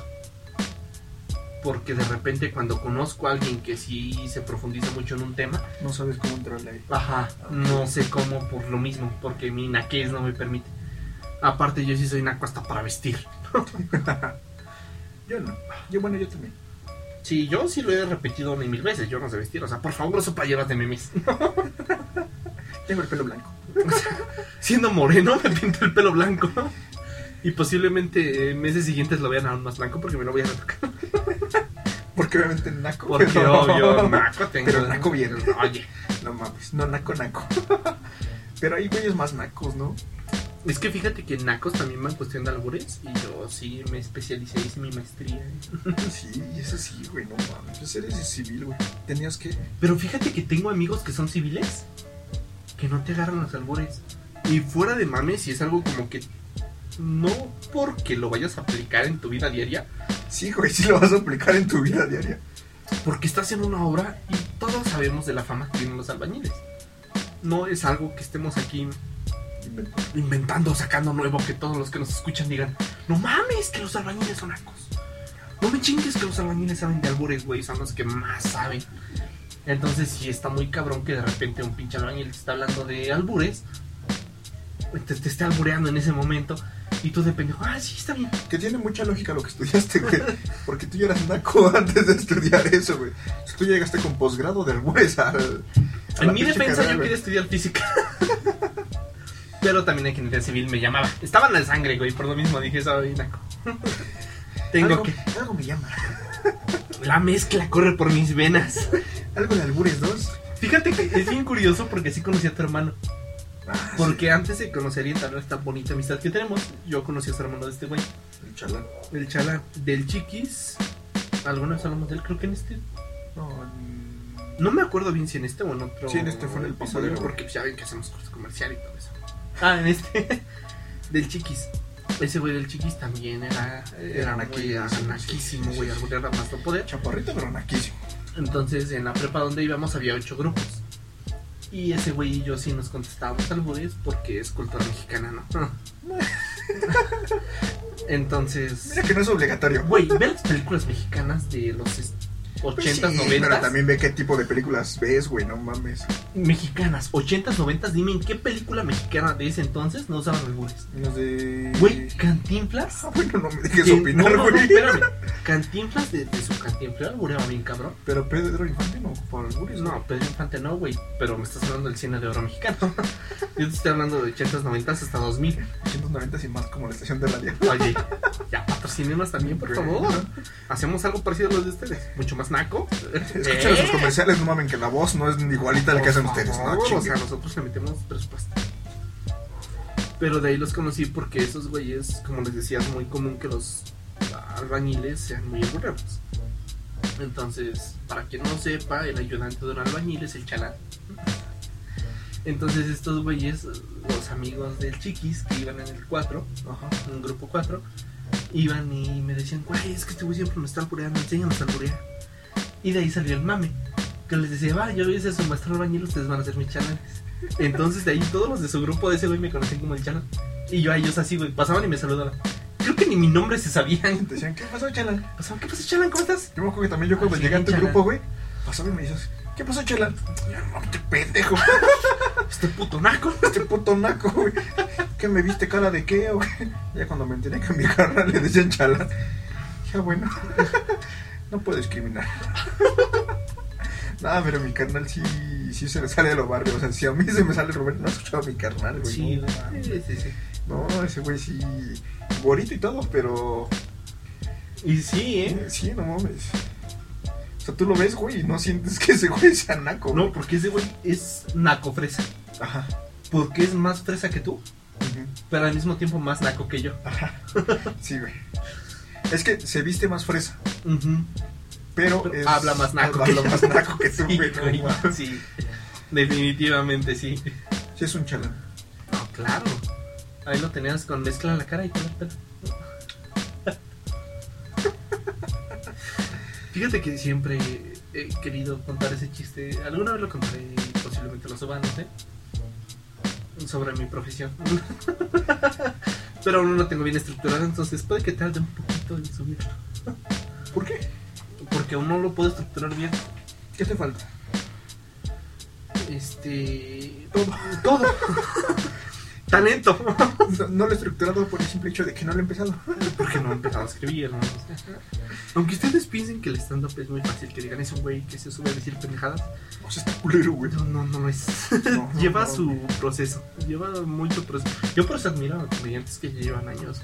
Speaker 1: Porque de repente cuando conozco a alguien que sí se profundiza mucho en un tema,
Speaker 2: No sabes cómo entrarle ahí.
Speaker 1: ajá, no sé cómo por lo mismo, porque mi naquez no me permite. Aparte yo sí soy naco hasta para vestir.
Speaker 2: Yo no. Yo, bueno, yo también.
Speaker 1: Sí, yo sí lo he repetido ni mil veces, yo no sé vestir, o sea, por favor, eso playeras de memes.
Speaker 2: Tengo el pelo blanco.
Speaker 1: Siendo moreno me pinto el pelo blanco. Y posiblemente eh, meses siguientes lo vean aún más blanco porque me lo voy a retocar.
Speaker 2: Porque obviamente naco.
Speaker 1: Porque
Speaker 2: pero-
Speaker 1: obvio, naco tengo.
Speaker 2: Pero naco bien.
Speaker 1: Oye,
Speaker 2: No mames. No, naco, naco. Pero hay güeyes más nacos, ¿no?
Speaker 1: es que fíjate que nacos también van cuestión de albures y yo sí me especialicé, hice mi maestría.
Speaker 2: Sí, eso sí, güey, no mames. Pues eres civil, güey. Tenías que.
Speaker 1: Pero fíjate que tengo amigos que son civiles que no te agarran los albures. Y fuera de mames, si es algo como que no porque lo vayas a aplicar en tu vida diaria,
Speaker 2: Sí, güey, sí lo vas a aplicar en tu vida diaria.
Speaker 1: porque estás en una obra y todos sabemos de la fama que tienen los albañiles. No es algo que estemos aquí
Speaker 2: Inventar.
Speaker 1: inventando, sacando nuevo, que todos los que nos escuchan digan, no mames que los albañiles son acos. No me chingues que los albañiles saben de albures, güey, son los que más saben. Entonces sí está muy cabrón que de repente un pinche albañil te está hablando de albures, te, te esté albureando en ese momento, y tú de pendejo, ah, sí, está bien.
Speaker 2: Que tiene mucha lógica lo que estudiaste, güey. Porque tú ya eras naco antes de estudiar eso, güey. Si tú llegaste con posgrado de albures al. a la
Speaker 1: En mi
Speaker 2: pinche
Speaker 1: defensa
Speaker 2: carrera,
Speaker 1: yo
Speaker 2: güey.
Speaker 1: quería estudiar física. Pero también la ingeniería civil me llamaba. Estaba en la sangre, güey, por lo mismo dije, soy naco. Tengo
Speaker 2: algo,
Speaker 1: que...
Speaker 2: algo me llama.
Speaker 1: La mezcla corre por mis venas.
Speaker 2: Algo de albures 2.
Speaker 1: Fíjate que es bien curioso porque sí conocí a tu hermano.
Speaker 2: Ah,
Speaker 1: Porque antes de conocer y entablar esta bonita amistad que tenemos, yo conocí a su hermano de este güey.
Speaker 2: sí, el chalán.
Speaker 1: El chala del chiquis. alguna vez hablamos de él, creo que en este.
Speaker 2: No, en-
Speaker 1: No me acuerdo bien si en este o en otro.
Speaker 2: Sí, en este fue en el
Speaker 1: episodio,
Speaker 2: papadero.
Speaker 1: porque ya ven que hacemos cosas comercial y todo eso. Ah, en este. del chiquis. Ese güey del chiquis también era. Era
Speaker 2: Era
Speaker 1: aquí,
Speaker 2: naquísimo,
Speaker 1: anaquísimo, güey,
Speaker 2: sí, sí, sí.
Speaker 1: algún más no poder.
Speaker 2: Chaparrito, pero naquísimo.
Speaker 1: Entonces, en la prepa donde íbamos había ocho grupos. Y ese güey y yo sí nos contestábamos albures porque es cultura mexicana, ¿no? Entonces,
Speaker 2: Mira que no es obligatorio.
Speaker 1: güey, ve las películas mexicanas de los est- 80s,
Speaker 2: Pues sí,
Speaker 1: 90s.
Speaker 2: Pero también ve qué tipo de películas ves, güey, no mames.
Speaker 1: Mexicanas, 80s, 90s, dime en qué película mexicana de ese entonces no usaban albures.
Speaker 2: Los de.
Speaker 1: Güey, Cantinflas.
Speaker 2: Ah, bueno, no me dejes
Speaker 1: que-
Speaker 2: opinar,
Speaker 1: no, no, no,
Speaker 2: güey.
Speaker 1: espérame. Cantinflas de, de su cantinflas albureaba bien cabrón.
Speaker 2: pero Pedro Infante no ocupaba albures.
Speaker 1: No, Pedro Infante no, güey. Pero me estás hablando del cine de oro mexicano. Yo te estoy hablando de 80s, 90s hasta 2000.
Speaker 2: 890 y más como la estación de radio.
Speaker 1: Oye, ya patrocinenos también, por favor. Hacemos algo parecido a los de ustedes. Mucho más naco.
Speaker 2: Escuchen
Speaker 1: Eh,
Speaker 2: sus comerciales, no mamen que la voz no es igualita a la que hacen
Speaker 1: por
Speaker 2: ustedes,
Speaker 1: favor,
Speaker 2: ¿no?
Speaker 1: o sea,
Speaker 2: Chinguen.
Speaker 1: nosotros le metemos presupuesto. Pero de ahí los conocí porque esos güeyes, como les decía, es muy común que los albañiles sean muy aburridos. Entonces, para quien no sepa, el ayudante de un albañil es el chalán. Entonces estos güeyes, los amigos del Chiquis, que iban en el 4,
Speaker 2: Ajá.
Speaker 1: un grupo 4, iban y me decían, güey, es que este güey siempre me está albureando, enséñanos a alburear. Y de ahí salió el mame, que les decía, va, yo hice su maestro albañil, ustedes van a ser mis chalanes. Entonces de ahí todos los de su grupo de ese güey me conocían como el chalán. Y yo a ellos así, güey, pasaban y me saludaban. Creo que ni mi nombre se sabían.
Speaker 2: Te decían, ¿qué pasó, chala?
Speaker 1: Pasaban, ¿qué pasa, chalán? ¿Cómo estás?
Speaker 2: Yo me acuerdo que también yo cuando
Speaker 1: Ah, sí,
Speaker 2: llegué a tu
Speaker 1: chala.
Speaker 2: grupo, güey, pasaba y me dices, ¿qué pasó, chala? Ya, no, te pendejo,
Speaker 1: Este puto naco.
Speaker 2: este puto naco, güey. ¿Qué me viste cara de qué, güey? Ya cuando me enteré que a mi carnal le decían chala, ya bueno, no puedo discriminar. Nada, pero mi carnal sí, sí se le sale de los barrios. O sea, si a mí se me sale Rubén, no has escuchado a mi carnal, güey.
Speaker 1: Sí,
Speaker 2: no mames.
Speaker 1: sí, sí, sí.
Speaker 2: No, ese güey sí. Bonito y todo, pero.
Speaker 1: Y sí, ¿eh?
Speaker 2: eh, Sí, no mames. O sea, tú lo ves, güey, y no sientes que ese güey sea naco.
Speaker 1: No, porque ese güey es naco fresa.
Speaker 2: Ajá.
Speaker 1: Porque es más fresa que tú,
Speaker 2: ujú,
Speaker 1: pero al mismo tiempo más naco que yo.
Speaker 2: Ajá. Sí, güey. Es que se viste más fresa,
Speaker 1: Ujú.
Speaker 2: pero.
Speaker 1: Pero
Speaker 2: es-
Speaker 1: habla más naco
Speaker 2: Habla
Speaker 1: que-
Speaker 2: más naco que tú,
Speaker 1: Sí,
Speaker 2: güey. no
Speaker 1: güey,
Speaker 2: mames.
Speaker 1: sí. Definitivamente sí.
Speaker 2: Sí, es un chalán.
Speaker 1: No, claro. Ahí lo tenías con mezcla en la cara y con el pelo. Fíjate que siempre he querido contar ese chiste. Alguna vez lo contaré y posiblemente lo suba, no sé. Sobre mi profesión. Pero aún no lo tengo bien estructurado, entonces puede que tarde un poquito en subirlo.
Speaker 2: ¿Por qué?
Speaker 1: Porque aún no lo puedo estructurar bien.
Speaker 2: ¿Qué te falta?
Speaker 1: Este. Todo. Todo. Talento.
Speaker 2: No, no lo he estructurado por el simple hecho de que no lo he empezado.
Speaker 1: Porque no he empezado a escribir, ¿no? Aunque ustedes piensen que el stand-up es muy fácil, que digan es un güey que se sube a decir pendejadas.
Speaker 2: O sea, está culero, güey.
Speaker 1: No, no, no es.
Speaker 2: No, no,
Speaker 1: lleva
Speaker 2: no.
Speaker 1: su proceso. Lleva mucho proceso. Yo por eso admiro a los comediantes que ya llevan años.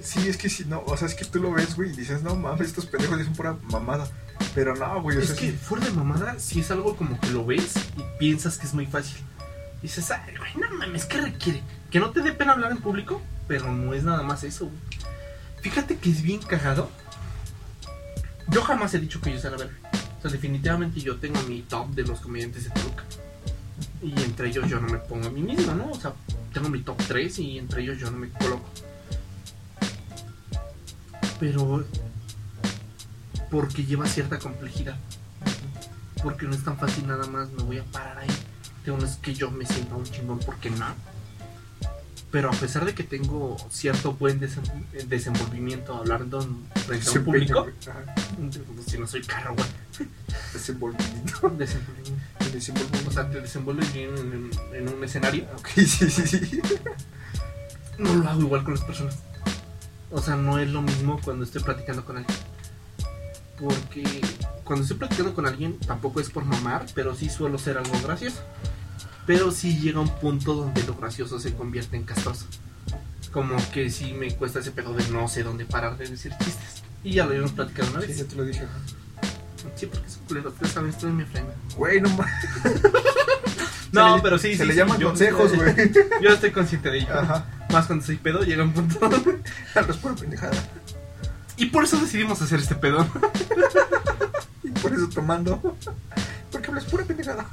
Speaker 2: Sí, es que si no, o sea, es que tú lo ves, güey, y dices, no mames, estos pendejos dicen pura mamada. Pero no, güey, o sea,
Speaker 1: Es que
Speaker 2: sí.
Speaker 1: fuera de mamada, si es algo como que lo ves y piensas que es muy fácil. Dices, ay, güey, no mames, ¿qué requiere? Que no te dé pena hablar en público, pero no es nada más eso, güey. Fíjate que es bien cagado. Yo jamás he dicho que yo sea la verga. O sea, definitivamente yo tengo mi top de los comediantes de Toluca. Y entre ellos yo no me pongo a mí mismo, ¿no? O sea, tengo mi top 3 y entre ellos yo no me coloco. Pero porque lleva cierta complejidad. Porque no es tan fácil nada más, me voy a parar ahí. Tengo no es que yo me sienta un chingón porque no. Pero a pesar de que tengo cierto buen desem- eh, desenvolvimiento hablando en frente a un público,
Speaker 2: Ajá,
Speaker 1: si no soy carro, güey.
Speaker 2: desenvolvimiento.
Speaker 1: Desenvolvimiento.
Speaker 2: Desenvolvimiento.
Speaker 1: O sea, te desenvuelves bien en, en- en un escenario.
Speaker 2: ok, sí, sí, sí.
Speaker 1: No lo hago igual con las personas. O sea, no es lo mismo cuando estoy platicando con alguien. Porque cuando estoy platicando con alguien, tampoco es por mamar, pero sí suelo ser algo gracioso. Pero sí llega un punto donde lo gracioso se convierte en castroso. Como que sí me cuesta ese pedo de no sé dónde parar de decir chistes. Y ya lo habíamos platicado una
Speaker 2: Sí,
Speaker 1: vez.
Speaker 2: ya te lo dije. ajá.
Speaker 1: Sí, porque es un culero. Ustedes saben, estoy en mi frente.
Speaker 2: Güey, no mames.
Speaker 1: No, pero sí,
Speaker 2: Se
Speaker 1: sí,
Speaker 2: le
Speaker 1: sí,
Speaker 2: llaman
Speaker 1: yo-
Speaker 2: consejos, güey.
Speaker 1: Yo estoy consciente de ello.
Speaker 2: Ajá.
Speaker 1: Más cuando soy pedo, llega un punto donde
Speaker 2: Los pura pendejada.
Speaker 1: Y por eso decidimos hacer este pedo.
Speaker 2: Y por eso tomando. Porque hablas pura pendejada.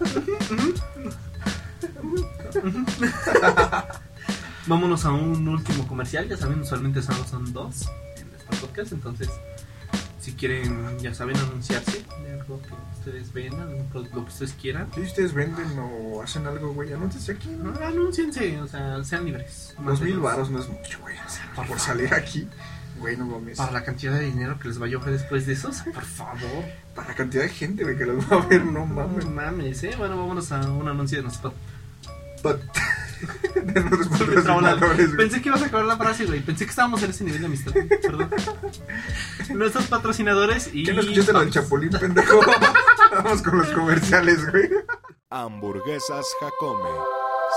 Speaker 1: Vámonos a un último comercial. Ya saben, usualmente solo son dos en este podcast. Entonces, si quieren, ya saben, anunciarse de algo que ustedes vendan, un producto, lo que ustedes quieran.
Speaker 2: Si ustedes venden o hacen algo, güey, anótense aquí, ¿no?
Speaker 1: Ah, Anúnciense, o sea, sean libres.
Speaker 2: Dos mil
Speaker 1: Mándenos.
Speaker 2: baros no es mucho, güey. O sea, por salir aquí, güey, no mames.
Speaker 1: Para la cantidad de dinero que les vaya a ofrecer después de eso, ¿eh? o sea, por favor.
Speaker 2: Para la cantidad de gente, güey, que los va a ver, no mames.
Speaker 1: No mames, eh. Bueno, vámonos a un anuncio de nosotros.
Speaker 2: But- de nuestros
Speaker 1: Me trabó la-
Speaker 2: patrocinadores, güey.
Speaker 1: Pensé que ibas a acabar la frase, güey. Pensé que estábamos en ese nivel de amistad. Perdón. Nuestros patrocinadores y.
Speaker 2: ¿Qué no escuchaste lo del chapulín, pendejo? Vamos con los comerciales, güey.
Speaker 3: Hamburguesas Jacome.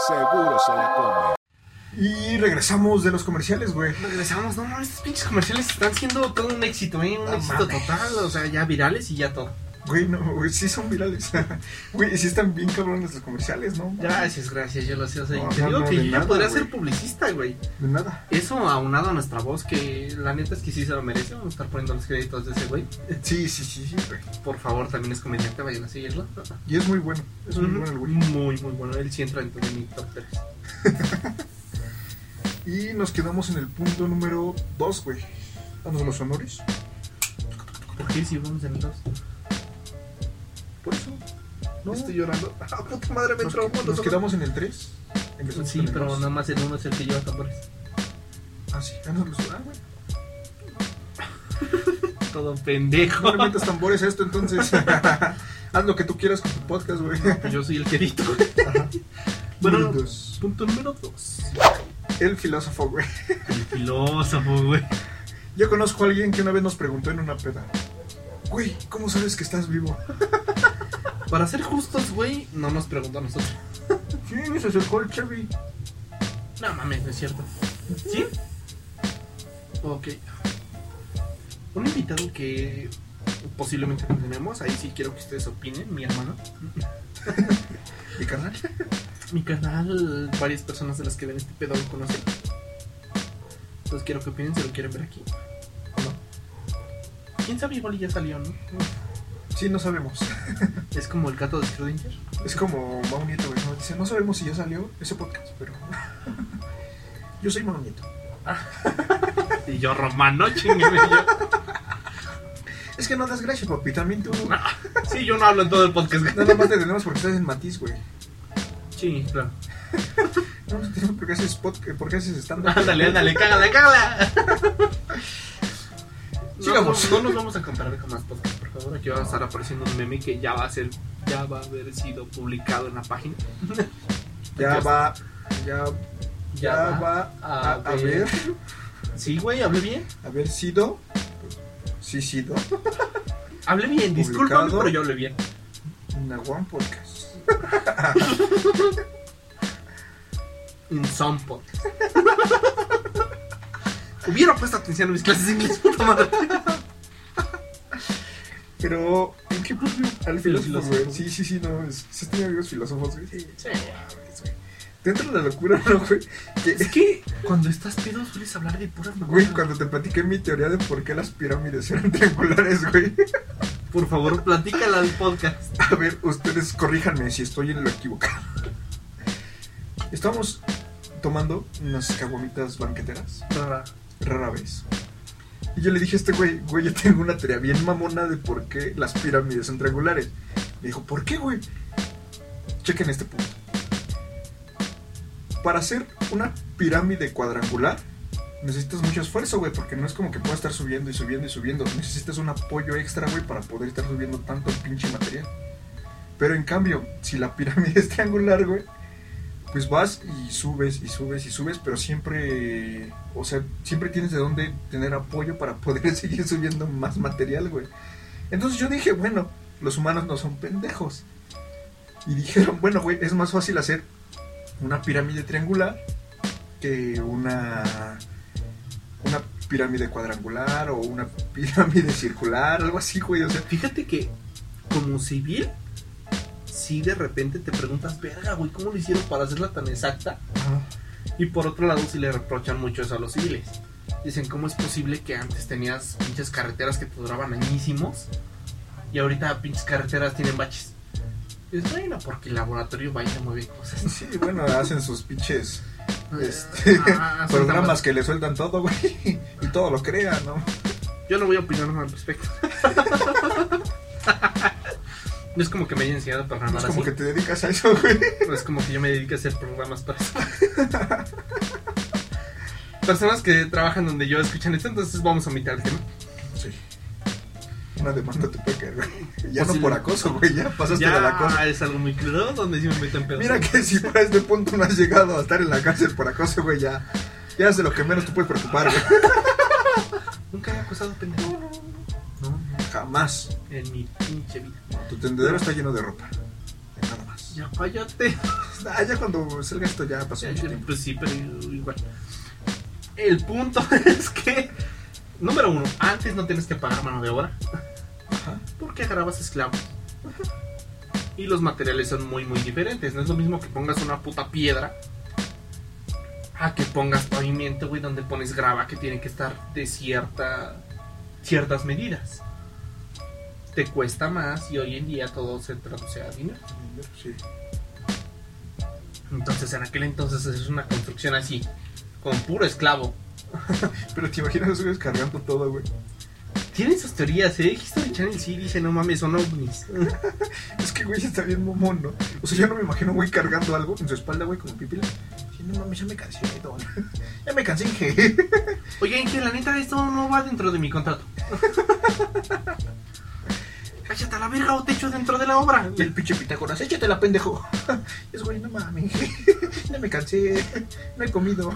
Speaker 3: Seguro se la come.
Speaker 2: Y regresamos de los comerciales, güey.
Speaker 1: Regresamos, no, no, estos pinches comerciales están siendo todo un éxito, ¿eh? Un
Speaker 2: No
Speaker 1: éxito
Speaker 2: mames.
Speaker 1: total, o sea, ya virales y ya todo.
Speaker 2: Güey, no, güey, sí son virales. Güey, sí están bien cabrones los comerciales, ¿no?
Speaker 1: Gracias, gracias, yo lo sé. O sea,
Speaker 2: No,
Speaker 1: te
Speaker 2: no,
Speaker 1: digo
Speaker 2: no,
Speaker 1: que
Speaker 2: de
Speaker 1: yo ya
Speaker 2: nada,
Speaker 1: podría
Speaker 2: güey.
Speaker 1: ser publicista, güey.
Speaker 2: De nada.
Speaker 1: Eso aunado a nuestra voz, que la neta es que sí se lo merece. Vamos a estar poniendo los créditos de ese güey.
Speaker 2: Sí, sí, sí, sí, güey.
Speaker 1: Por favor, también es conveniente, vayan a seguirlo.
Speaker 2: Y es muy bueno. Es muy
Speaker 1: Ujú.
Speaker 2: bueno el güey.
Speaker 1: Muy, muy bueno. Él sí entra dentro de mi top tres.
Speaker 2: Y nos quedamos en el punto número 2, güey. Danos los honores.
Speaker 1: ¿Por qué si vamos en el dos?
Speaker 2: Por eso. No,
Speaker 1: Estoy llorando. Ah, puta madre, me
Speaker 2: nos,
Speaker 1: traumó
Speaker 2: nos
Speaker 1: los ojos.
Speaker 2: quedamos en el 3.
Speaker 1: Sí, pero nada más el uno es el que lleva tambores.
Speaker 2: Ah, sí. Danos los Ah, güey.
Speaker 1: Todo pendejo.
Speaker 2: No le metas tambores a esto, entonces. Haz lo que tú quieras con tu podcast, güey.
Speaker 1: Yo soy el que edito.
Speaker 2: Ajá.
Speaker 1: Bueno,
Speaker 2: Número dos.
Speaker 1: punto número dos.
Speaker 2: El filósofo, güey.
Speaker 1: El filósofo, güey.
Speaker 2: Yo conozco a alguien que una vez nos preguntó en una peda. Güey, ¿cómo sabes que estás vivo?
Speaker 1: Para ser justos, güey, no nos preguntó a nosotros.
Speaker 2: Sí, se acercó el Chevy.
Speaker 1: No mames, no es cierto. ¿Sí? Ok. Un invitado que posiblemente no tenemos, ahí sí quiero que ustedes opinen, mi hermano.
Speaker 2: ¿Y carnal?
Speaker 1: mi canal, varias personas de las que ven este pedo lo conocen. Entonces quiero que opinen si lo quieren ver aquí. ¿O no? ¿Quién sabe igual y ya salió, no?
Speaker 2: Sí, no sabemos.
Speaker 1: Es como el gato de Schrödinger.
Speaker 2: Es como Mau Nieto, güey. ¿no? Dice, no sabemos si ya salió ese podcast, pero. Yo soy Mau Nieto.
Speaker 1: Y yo romano, chingame yo.
Speaker 2: Es que no das gracias, papi. También tú.
Speaker 1: Sí, yo no hablo en todo el podcast.
Speaker 2: Nada más te tenemos porque estás en Matiz, güey.
Speaker 1: Sí, claro.
Speaker 2: No te tenemos porque haces podcast, porque haces estándar.
Speaker 1: Ándale, ándale, cágala, cágala. No,
Speaker 2: Sigamos.
Speaker 1: No, no nos vamos a comparar con más podcasts, por favor. Aquí va a estar apareciendo un meme que ya va a ser, ya va a haber sido publicado en la página.
Speaker 2: Ya va. Ya, ya va a,
Speaker 1: a
Speaker 2: haber.
Speaker 1: ver. Sí, güey, hablé bien.
Speaker 2: Haber sido. Sí, sido.
Speaker 1: Hablé bien, discúlpame,
Speaker 2: Publicado.
Speaker 1: pero yo hablé bien.
Speaker 2: Nahuan Podcast.
Speaker 1: En some podcast. Hubiera puesto atención a mis clases de inglés, puta madre.
Speaker 2: Pero, ¿en qué punto? Al filósofo,
Speaker 1: filósofo.
Speaker 2: güey. Sí, sí, sí, no. es- Sí, tenía amigos filósofos, güey. Sí,
Speaker 1: Sí.
Speaker 2: güey. Te entra la locura, ¿no, güey? Que-
Speaker 1: Es que cuando estás pedo sueles hablar de puras
Speaker 2: Güey,
Speaker 1: mamadas.
Speaker 2: cuando te platiqué mi teoría de por qué las pirámides eran triangulares, güey.
Speaker 1: Por favor, platícala al podcast.
Speaker 2: A ver, ustedes corríjanme si estoy en lo equivocado. Estamos tomando unas caguamitas banqueteras,
Speaker 1: Para
Speaker 2: rara vez. Y yo le dije a este güey, güey, yo tengo una teoría bien mamona de por qué las pirámides son triangulares. Me dijo, ¿por qué, güey? Chequen este punto. Para hacer una pirámide cuadrangular, necesitas mucho esfuerzo, güey, porque no es como que puedas estar subiendo y subiendo y subiendo. Necesitas un apoyo extra, güey, para poder estar subiendo tanto pinche material. Pero en cambio, si la pirámide es triangular, güey, pues vas y subes y subes y subes, pero siempre, o sea, siempre tienes de dónde tener apoyo para poder seguir subiendo más material, güey. Entonces yo dije, bueno, los humanos no son pendejos. Y dijeron, bueno, güey, es más fácil hacer una pirámide triangular que una una pirámide cuadrangular o una pirámide circular, algo así, güey, o sea,
Speaker 1: Fíjate que, como civil, si de repente te preguntas, verga, güey, ¿cómo lo hicieron para hacerla tan exacta? Y por otro lado, sí le reprochan mucho eso a los civiles. dicen, ¿cómo es posible que antes tenías pinches carreteras que te duraban añísimos y ahorita pinches carreteras tienen baches? Y Es bueno, porque el laboratorio va y te mueve cosas.
Speaker 2: Sí, bueno, hacen sus pinches este,
Speaker 1: Ah, sí,
Speaker 2: programas
Speaker 1: no,
Speaker 2: que le sueltan todo, güey. Y todo lo crean, ¿no?
Speaker 1: Yo no voy a opinar más al respecto. no es como que me haya enseñado a programar
Speaker 2: No es como
Speaker 1: así.
Speaker 2: que te dedicas a eso, güey.
Speaker 1: No es como que yo me dedique a hacer programas para eso. Personas que trabajan donde yo escuchan esto, entonces vamos a omitir el tema.
Speaker 2: Sí. Una demanda te puede caer, güey. Ya
Speaker 1: Pues
Speaker 2: no
Speaker 1: sí.
Speaker 2: por acoso, güey. Ya pasaste de la cosa.
Speaker 1: Ya es algo muy crudo donde sí me meten pedos.
Speaker 2: Mira que si para este punto no has llegado a estar en la cárcel por acoso, güey, ya. Ya es de lo que menos te puedes preocupar, güey.
Speaker 1: Nunca he acusado pendejo. No, no,
Speaker 2: Jamás.
Speaker 1: en mi pinche vida.
Speaker 2: Tu tendedero está lleno de ropa. De nada más.
Speaker 1: Ya cállate.
Speaker 2: Ah, ya cuando salga esto ya pasó mucho tiempo.
Speaker 1: Pues sí, pero igual. El punto es que, número uno, antes no tienes que pagar mano de obra
Speaker 2: Ajá.
Speaker 1: porque agarrabas esclavos. Y los materiales son muy, muy diferentes. No es lo mismo que pongas una puta piedra a que pongas pavimento, güey, donde pones grava que tiene que estar de cierta, ciertas medidas. Te cuesta más y hoy en día todo se traduce a dinero.
Speaker 2: Sí.
Speaker 1: Entonces en aquel entonces es una construcción así, con puro esclavo.
Speaker 2: Pero te imaginas los güeyes cargando todo, güey.
Speaker 1: Tienen sus teorías, ¿eh? History Channel sí dice, no mames, son ovnis.
Speaker 2: Es que, güey, está bien momón, ¿no? O sea, yo no me imagino, güey, cargando algo en su espalda, güey, como pipila. Sí, no mames, ya me cansé, don. Ya me cansé, je.
Speaker 1: Oigan, que la neta esto no va dentro de mi contrato. Cállate a la verga o te echo dentro de la obra.
Speaker 2: Y el pinche Pitágoras, échatela, pendejo. Y Es, güey, no mames, ya me cansé, no he comido.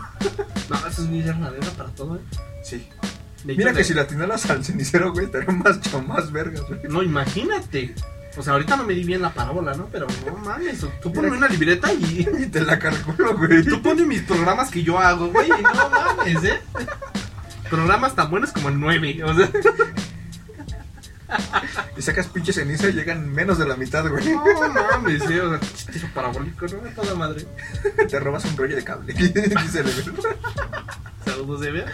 Speaker 1: No, eso es mi verdadera para todo, ¿eh?
Speaker 2: Sí.
Speaker 1: De hecho,
Speaker 2: Mira
Speaker 1: de-
Speaker 2: que si la atinaras al cenicero, güey, estaría más cho- más vergas, güey.
Speaker 1: No, imagínate. O sea, ahorita no me di bien la parábola, ¿no? Pero no mames, tú ponme
Speaker 2: Mira-
Speaker 1: una libreta y...
Speaker 2: Y te la calculo, güey.
Speaker 1: Tú pones mis programas que yo hago, güey, y no mames, ¿eh? Programas tan buenos como el 9, o sea...
Speaker 2: Y sacas pinche ceniza y llegan menos de la mitad, güey.
Speaker 1: No mames, sí, o sea, tiro parabólico, no toda madre.
Speaker 2: Te robas un rollo de cable. Dice el-
Speaker 1: Saludos de vea.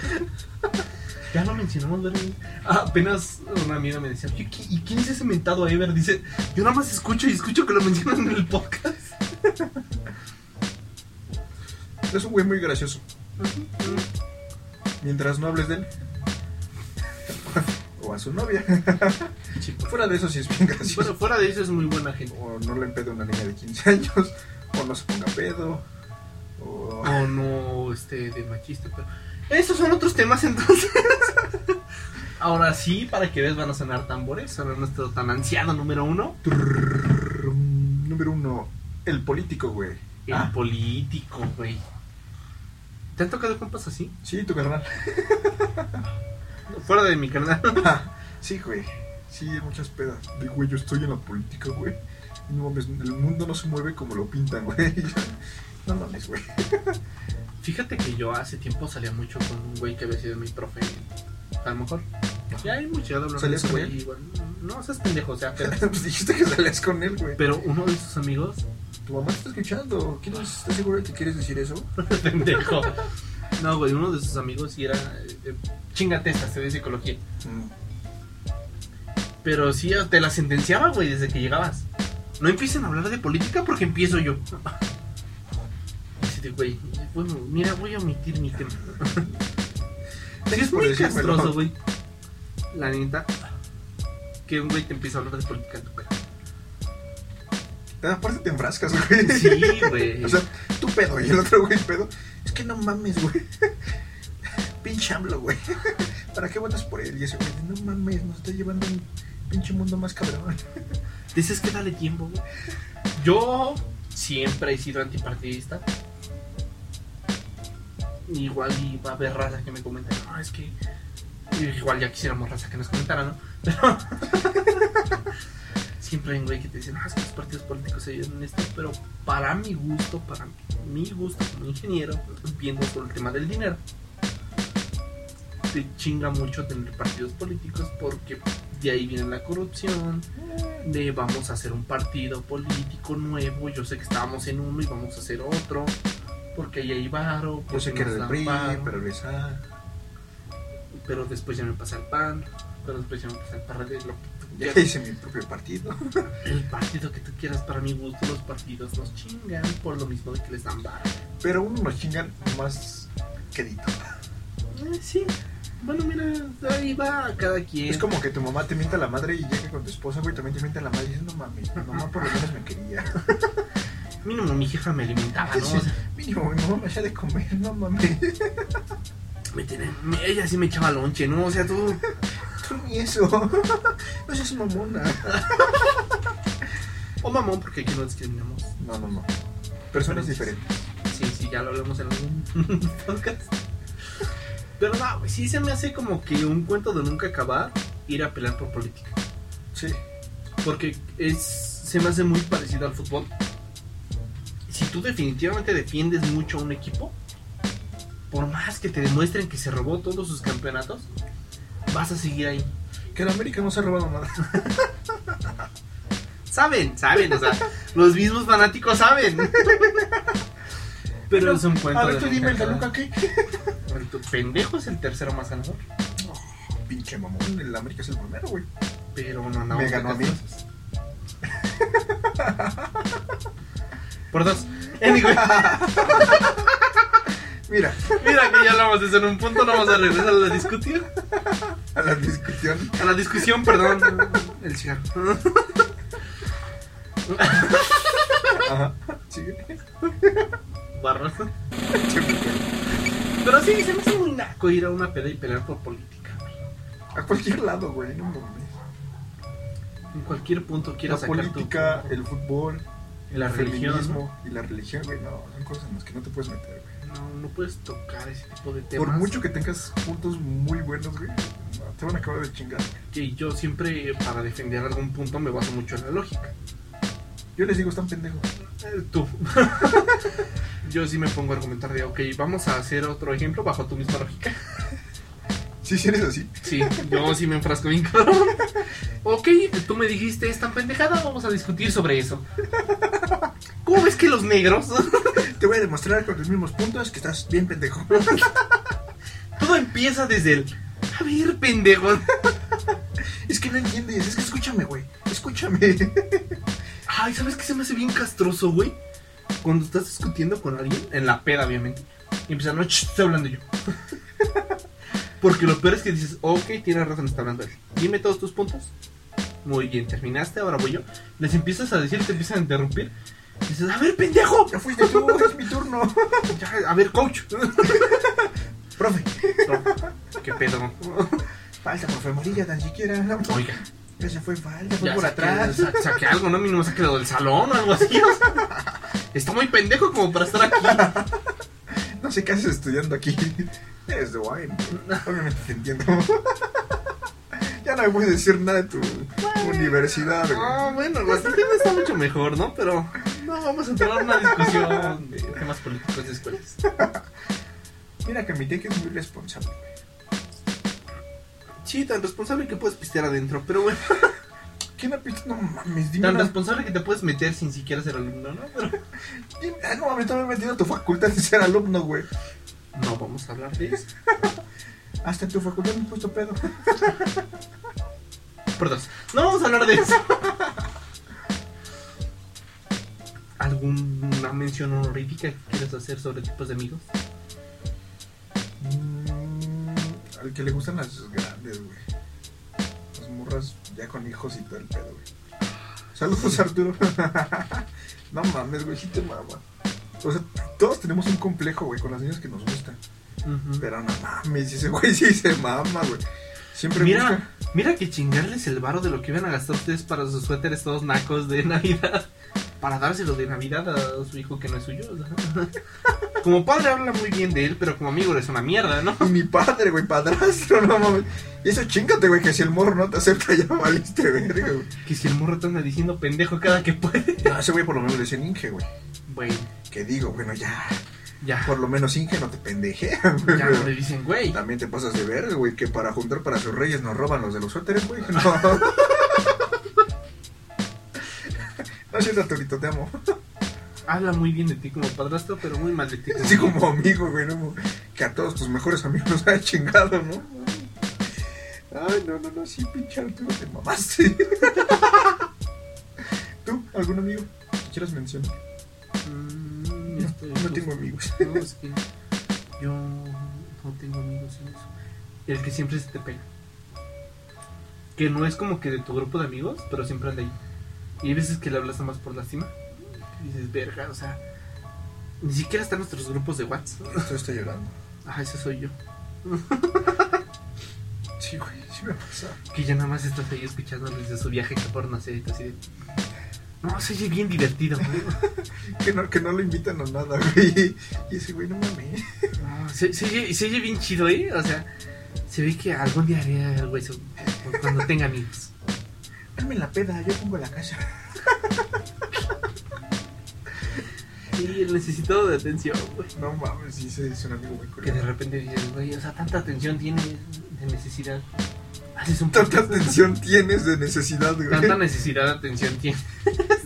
Speaker 1: Ya lo mencionamos, ¿verdad? Ah, apenas una amiga me decía, "Oye, ¿qui- ¿y quién es ese mentado Ever? Dice, yo nada más escucho y escucho que lo mencionan en el podcast.
Speaker 2: Es un güey muy gracioso. Mientras no hables de él. o a su novia.
Speaker 1: Chico.
Speaker 2: Fuera de eso sí es bien gracioso.
Speaker 1: Bueno, fuera de eso es muy buena gente.
Speaker 2: O no le empede una niña de 15 años. O no se ponga pedo. O...
Speaker 1: O no, este, de machista, pero... Esos son otros temas entonces. Ahora sí, para que veas, van a sonar tambores. Sonar nuestro tan anciano número uno.
Speaker 2: Trrrrrrrrm. Número uno. El político, güey.
Speaker 1: El
Speaker 2: Ah,
Speaker 1: político, güey. ¿Te han tocado compas así?
Speaker 2: sí, tu carnal.
Speaker 1: Fuera de mi canal.
Speaker 2: Ah, sí, güey. Sí, hay muchas pedas. De, güey, yo estoy en la política, güey. Y No mames, el mundo no se mueve como lo pintan, güey. No mames, güey.
Speaker 1: Fíjate que yo hace tiempo salía mucho con un güey que había sido mi profe. A lo mejor. Ya hay mucho de hablar de
Speaker 2: ¿Salías
Speaker 1: ese
Speaker 2: con
Speaker 1: güey.
Speaker 2: él?
Speaker 1: igual. No seas pendejo, o sea, pero,
Speaker 2: Pues dijiste que salías con él, güey.
Speaker 1: pero uno de sus amigos,
Speaker 2: Tu mamá te está escuchando. ¿Quién es? ¿Estás seguro de que quieres decir eso?
Speaker 1: pendejo. No, güey, uno de sus amigos sí era. eh, chingate esta, se de psicología.
Speaker 2: Mm,
Speaker 1: Pero sí te la sentenciaba, güey, desde que llegabas. No empiecen a hablar de política porque empiezo yo. Así de, güey, bueno, mira, voy a omitir mi tema. Sí, es muy castroso, güey. La neta. Que un güey te empieza a hablar de política en tu cara.
Speaker 2: Aparte te enfrascas, güey.
Speaker 1: Sí, güey.
Speaker 2: O sea, tú pedo y el otro güey pedo. Es que no mames, güey. Pinche AMLO, güey. ¿Para qué votas por él? Y ese güey, no mames, nos está llevando a un pinche mundo más cabrón.
Speaker 1: Dices que dale tiempo, güey. Yo siempre he sido antipartidista. Igual y va a haber raza que me comenten, no, es que. Igual ya quisiéramos raza que nos comentara, ¿no? Pero. siempre hay un güey que te dice, no, es que los partidos políticos ayudan en esto, pero para mi gusto, para mi gusto como ingeniero, viendo por el tema del dinero, te chinga mucho tener partidos políticos porque de ahí viene la corrupción, de vamos a hacer un partido político nuevo, yo sé que estábamos en uno y vamos a hacer otro, porque ahí hay varo,
Speaker 2: Yo sé
Speaker 1: porque
Speaker 2: que era
Speaker 1: nos dan
Speaker 2: del PRI,
Speaker 1: varo.
Speaker 2: pero les ha...
Speaker 1: pero después ya me pasé al PAN, pero después ya me pasé al PRD, lo que tú
Speaker 2: Ya
Speaker 1: quieras.
Speaker 2: hice mi propio partido.
Speaker 1: El partido que tú quieras, para mi gusto, los partidos nos chingan por lo mismo de que les dan barra.
Speaker 2: Pero uno nos chingan más quedito.
Speaker 1: Eh, sí, bueno, mira, ahí va cada quien.
Speaker 2: Es como que tu mamá te mienta la madre y llega con tu esposa, güey, también te mienta la madre y dices, no mames, mi mamá por lo menos me quería.
Speaker 1: Mínimo mi jefa me alimentaba, Ah, ¿no? O
Speaker 2: Entonces,
Speaker 1: sea,
Speaker 2: mínimo, mi mamá me hacía de comer, no mames.
Speaker 1: me tenía- me- ella sí me echaba lonche, ¿no? O sea, tú...
Speaker 2: Tú ni eso. No seas mamona.
Speaker 1: O oh, mamón, porque aquí no discriminamos.
Speaker 2: No, no, no. Personas diferentes.
Speaker 1: Sí, sí, ya lo hablamos en algún podcast. Pero no, güey, sí se me hace como que un cuento de nunca acabar ir a pelear por política.
Speaker 2: Sí.
Speaker 1: Porque es, se me hace muy parecido al fútbol. Si tú definitivamente defiendes mucho a un equipo, por más que te demuestren que se robó todos sus campeonatos, vas a seguir ahí.
Speaker 2: Que la América no se ha robado nada.
Speaker 1: Saben, saben, o sea, los mismos fanáticos saben. Pero es un cuento.
Speaker 2: A
Speaker 1: de
Speaker 2: ver, tú
Speaker 1: nunca
Speaker 2: dime el
Speaker 1: acabar.
Speaker 2: Toluca qué.
Speaker 1: Tu pendejo es el tercero más ganador.
Speaker 2: Pinche mamón, el América es el primero, güey.
Speaker 1: Pero no andamos
Speaker 2: Me ganó a mí.
Speaker 1: cacatosas. Por dos. Anyway,
Speaker 2: Mira,
Speaker 1: mira que ya hablamos de eso en un punto, no vamos a regresar a la discusión.
Speaker 2: a la discusión.
Speaker 1: A la discusión, perdón. El cigarro.
Speaker 2: Ajá. Sigue.
Speaker 1: Barras. Pero sí, se me hace muy naco ir a una pelea y pelear por política. güey.
Speaker 2: A cualquier lado, güey, no mames.
Speaker 1: En cualquier punto
Speaker 2: La
Speaker 1: quieras sacar tu-
Speaker 2: política, el fútbol,
Speaker 1: la
Speaker 2: el
Speaker 1: religión.
Speaker 2: feminismo y la religión, güey, no, son cosas en las que no te puedes meter, güey.
Speaker 1: No, no puedes tocar ese tipo de temas.
Speaker 2: Por mucho que tengas puntos muy buenos, güey, no, te van a acabar de chingar.
Speaker 1: que yo siempre, para defender algún punto, me baso mucho en la lógica.
Speaker 2: Yo les digo, están pendejos.
Speaker 1: Eh, Tú. Yo sí me pongo a argumentar de, ok, vamos a hacer otro ejemplo bajo tu misma lógica.
Speaker 2: Sí, si eres así.
Speaker 1: Sí, yo sí me enfrasco bien cabrón. Ok, tú me dijiste esta pendejada, vamos a discutir sobre eso. ¿Cómo ves que los negros?
Speaker 2: Te voy a demostrar con los mismos puntos que estás bien pendejo.
Speaker 1: Todo empieza desde el, a ver, pendejo.
Speaker 2: Es que no entiendes, es que escúchame, güey. Escúchame.
Speaker 1: Ay, ¿sabes qué se me hace bien castroso, güey? Cuando estás discutiendo con alguien, en la peda, obviamente, y empiezan, no, ch, estoy hablando yo. Porque lo peor es que dices, ok, tienes razón, está hablando él. Dime todos tus puntos. Muy bien, terminaste, ahora voy yo. Les empiezas a decir, te empiezan a interrumpir. Dices, a ver, pendejo.
Speaker 2: Ya fuiste tú, es mi turno.
Speaker 1: Ya, a ver, coach.
Speaker 2: Profe,
Speaker 1: No, qué pedo.
Speaker 2: falta, profe amarilla, tan siquiera.
Speaker 1: Oiga,
Speaker 2: Esa fue falta, fue
Speaker 1: ya
Speaker 2: por
Speaker 1: saqué-
Speaker 2: atrás.
Speaker 1: sa- saqué algo, ¿no? Mínimo se quedó del salón o algo así. o sea, está muy pendejo como para estar aquí.
Speaker 2: No sé qué haces estudiando aquí. Eres de Wine. Obviamente te entiendo. ya no me puedes decir nada de tu universidad,
Speaker 1: Ah,
Speaker 2: güey.
Speaker 1: bueno, nuestro tema está mucho mejor, ¿no? Pero no vamos a entrar en una discusión de temas políticos de escuelas.
Speaker 2: Mira que mi tech es muy responsable, güey.
Speaker 1: Sí, tan responsable que puedes pistear adentro, pero bueno,
Speaker 2: ¿Quién ha visto? No mames, dime.
Speaker 1: tan
Speaker 2: una-
Speaker 1: responsable que te puedes meter sin siquiera ser alumno, ¿no? Pero
Speaker 2: dime- Ah, no mames, estaba metido a tu facultad de ser alumno, güey.
Speaker 1: no vamos a hablar de eso.
Speaker 2: Hasta en tu facultad me he puesto pedo.
Speaker 1: Por dos, no vamos a hablar de eso. ¿Alguna mención honorífica que quieras hacer sobre tipos de amigos?
Speaker 2: Mm, Al que le gustan las grandes, güey. Las morras ya con hijos y todo el pedo, güey. Saludos, Arturo. no mames, güey, sí te mama. O sea, todos tenemos un complejo, güey, con las niñas que nos gustan.
Speaker 1: Ujú.
Speaker 2: Pero no mames, ese güey sí se mama, güey. Siempre
Speaker 1: Mira, mira que chingarles el varo de lo que iban a gastar ustedes para sus suéteres todos nacos de Navidad. Para dárselos de Navidad a su hijo que no es suyo. o sea. Como padre habla muy bien de él, pero como amigo es una mierda, ¿no?
Speaker 2: busca. Y mi padre, güey, padrastro, no mames. Y eso chingate, güey, que si el morro no te acepta, ya valiste, verga, güey.
Speaker 1: Que si el morro te anda diciendo pendejo cada que puede.
Speaker 2: No, ese güey por lo menos le decían Inge, güey.
Speaker 1: Bueno,
Speaker 2: Que digo, bueno, ya,
Speaker 1: ya.
Speaker 2: por lo menos Inge no te pendeje, güey.
Speaker 1: Ya no le dicen, güey.
Speaker 2: También te pasas de verga, güey, que para juntar para sus reyes nos roban los de los suéteres, güey. No. No es cierto, Torito, te amo.
Speaker 1: Habla muy bien de ti como padrastro, pero muy mal de ti. como-
Speaker 2: Así como amigo, güey, no, que a todos tus mejores amigos los ha chingado, ¿no? Ay, no, no, no, sí, pinche Arturo, te mamaste. ¿Tú, algún amigo que quieras mencionar?
Speaker 1: Mm,
Speaker 2: No,
Speaker 1: este,
Speaker 2: no
Speaker 1: pues,
Speaker 2: tengo amigos.
Speaker 1: No, es que yo no tengo amigos en eso. El que siempre se te pega. Que no es como que de tu grupo de amigos, pero siempre anda ahí. Y hay veces que le hablas nomás por lástima. Y dices, verga, o sea, ni siquiera están nuestros grupos de WhatsApp.
Speaker 2: Esto está llorando.
Speaker 1: Ah, ese soy yo.
Speaker 2: Sí, güey, sí me pasa.
Speaker 1: Que ya nada más estás ahí escuchándoles de su viaje que por nacer y así de. No, se oye bien divertido. güey.
Speaker 2: Que no, que no lo invitan a nada, güey. Y ese güey, no mames.
Speaker 1: No, se, se oye, se oye bien chido, ¿eh? O sea, se ve que algún día haré algo eso cu- cuando tenga amigos.
Speaker 2: Dame la peda, yo pongo la casa.
Speaker 1: Sí, el necesitado de atención, güey.
Speaker 2: No mames, sí, sí, es un amigo muy
Speaker 1: Que de
Speaker 2: curioso.
Speaker 1: repente dices, güey, o sea, tanta atención tiene de necesidad. Haces un
Speaker 2: Tanta
Speaker 1: podcast.
Speaker 2: atención tienes de necesidad, güey.
Speaker 1: Tanta necesidad de atención tiene.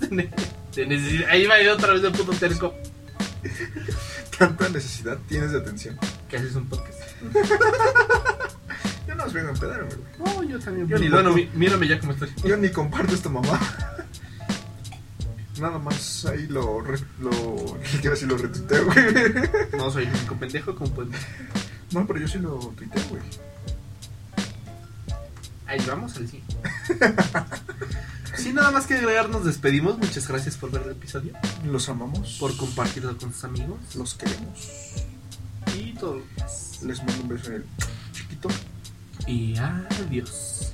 Speaker 1: De ne- de necesidad. Ahí va yo otra vez de puto terco.
Speaker 2: Tanta necesidad tienes de atención.
Speaker 1: Que haces un podcast.
Speaker 2: Yo no os vengo a empedarme, güey.
Speaker 1: No, yo también.
Speaker 2: Yo
Speaker 1: Yo
Speaker 2: ni
Speaker 1: ni
Speaker 2: loco.
Speaker 1: bueno, mí- mírame ya cómo estoy.
Speaker 2: Yo ni comparto esta mamá. Nada más ahí lo. re- lo quiero decir, lo retuiteo, güey.
Speaker 1: No soy el único pendejo, como pueden ver.
Speaker 2: No, pero yo sí lo tuiteo, güey.
Speaker 1: Ahí vamos al sí. Sin nada más que agregar, nos despedimos. Muchas gracias por ver el episodio,
Speaker 2: Los amamos.
Speaker 1: por compartirlo con tus amigos
Speaker 2: Los queremos.
Speaker 1: y todo.
Speaker 2: Les mando un beso en el chiquito.
Speaker 1: Y adiós.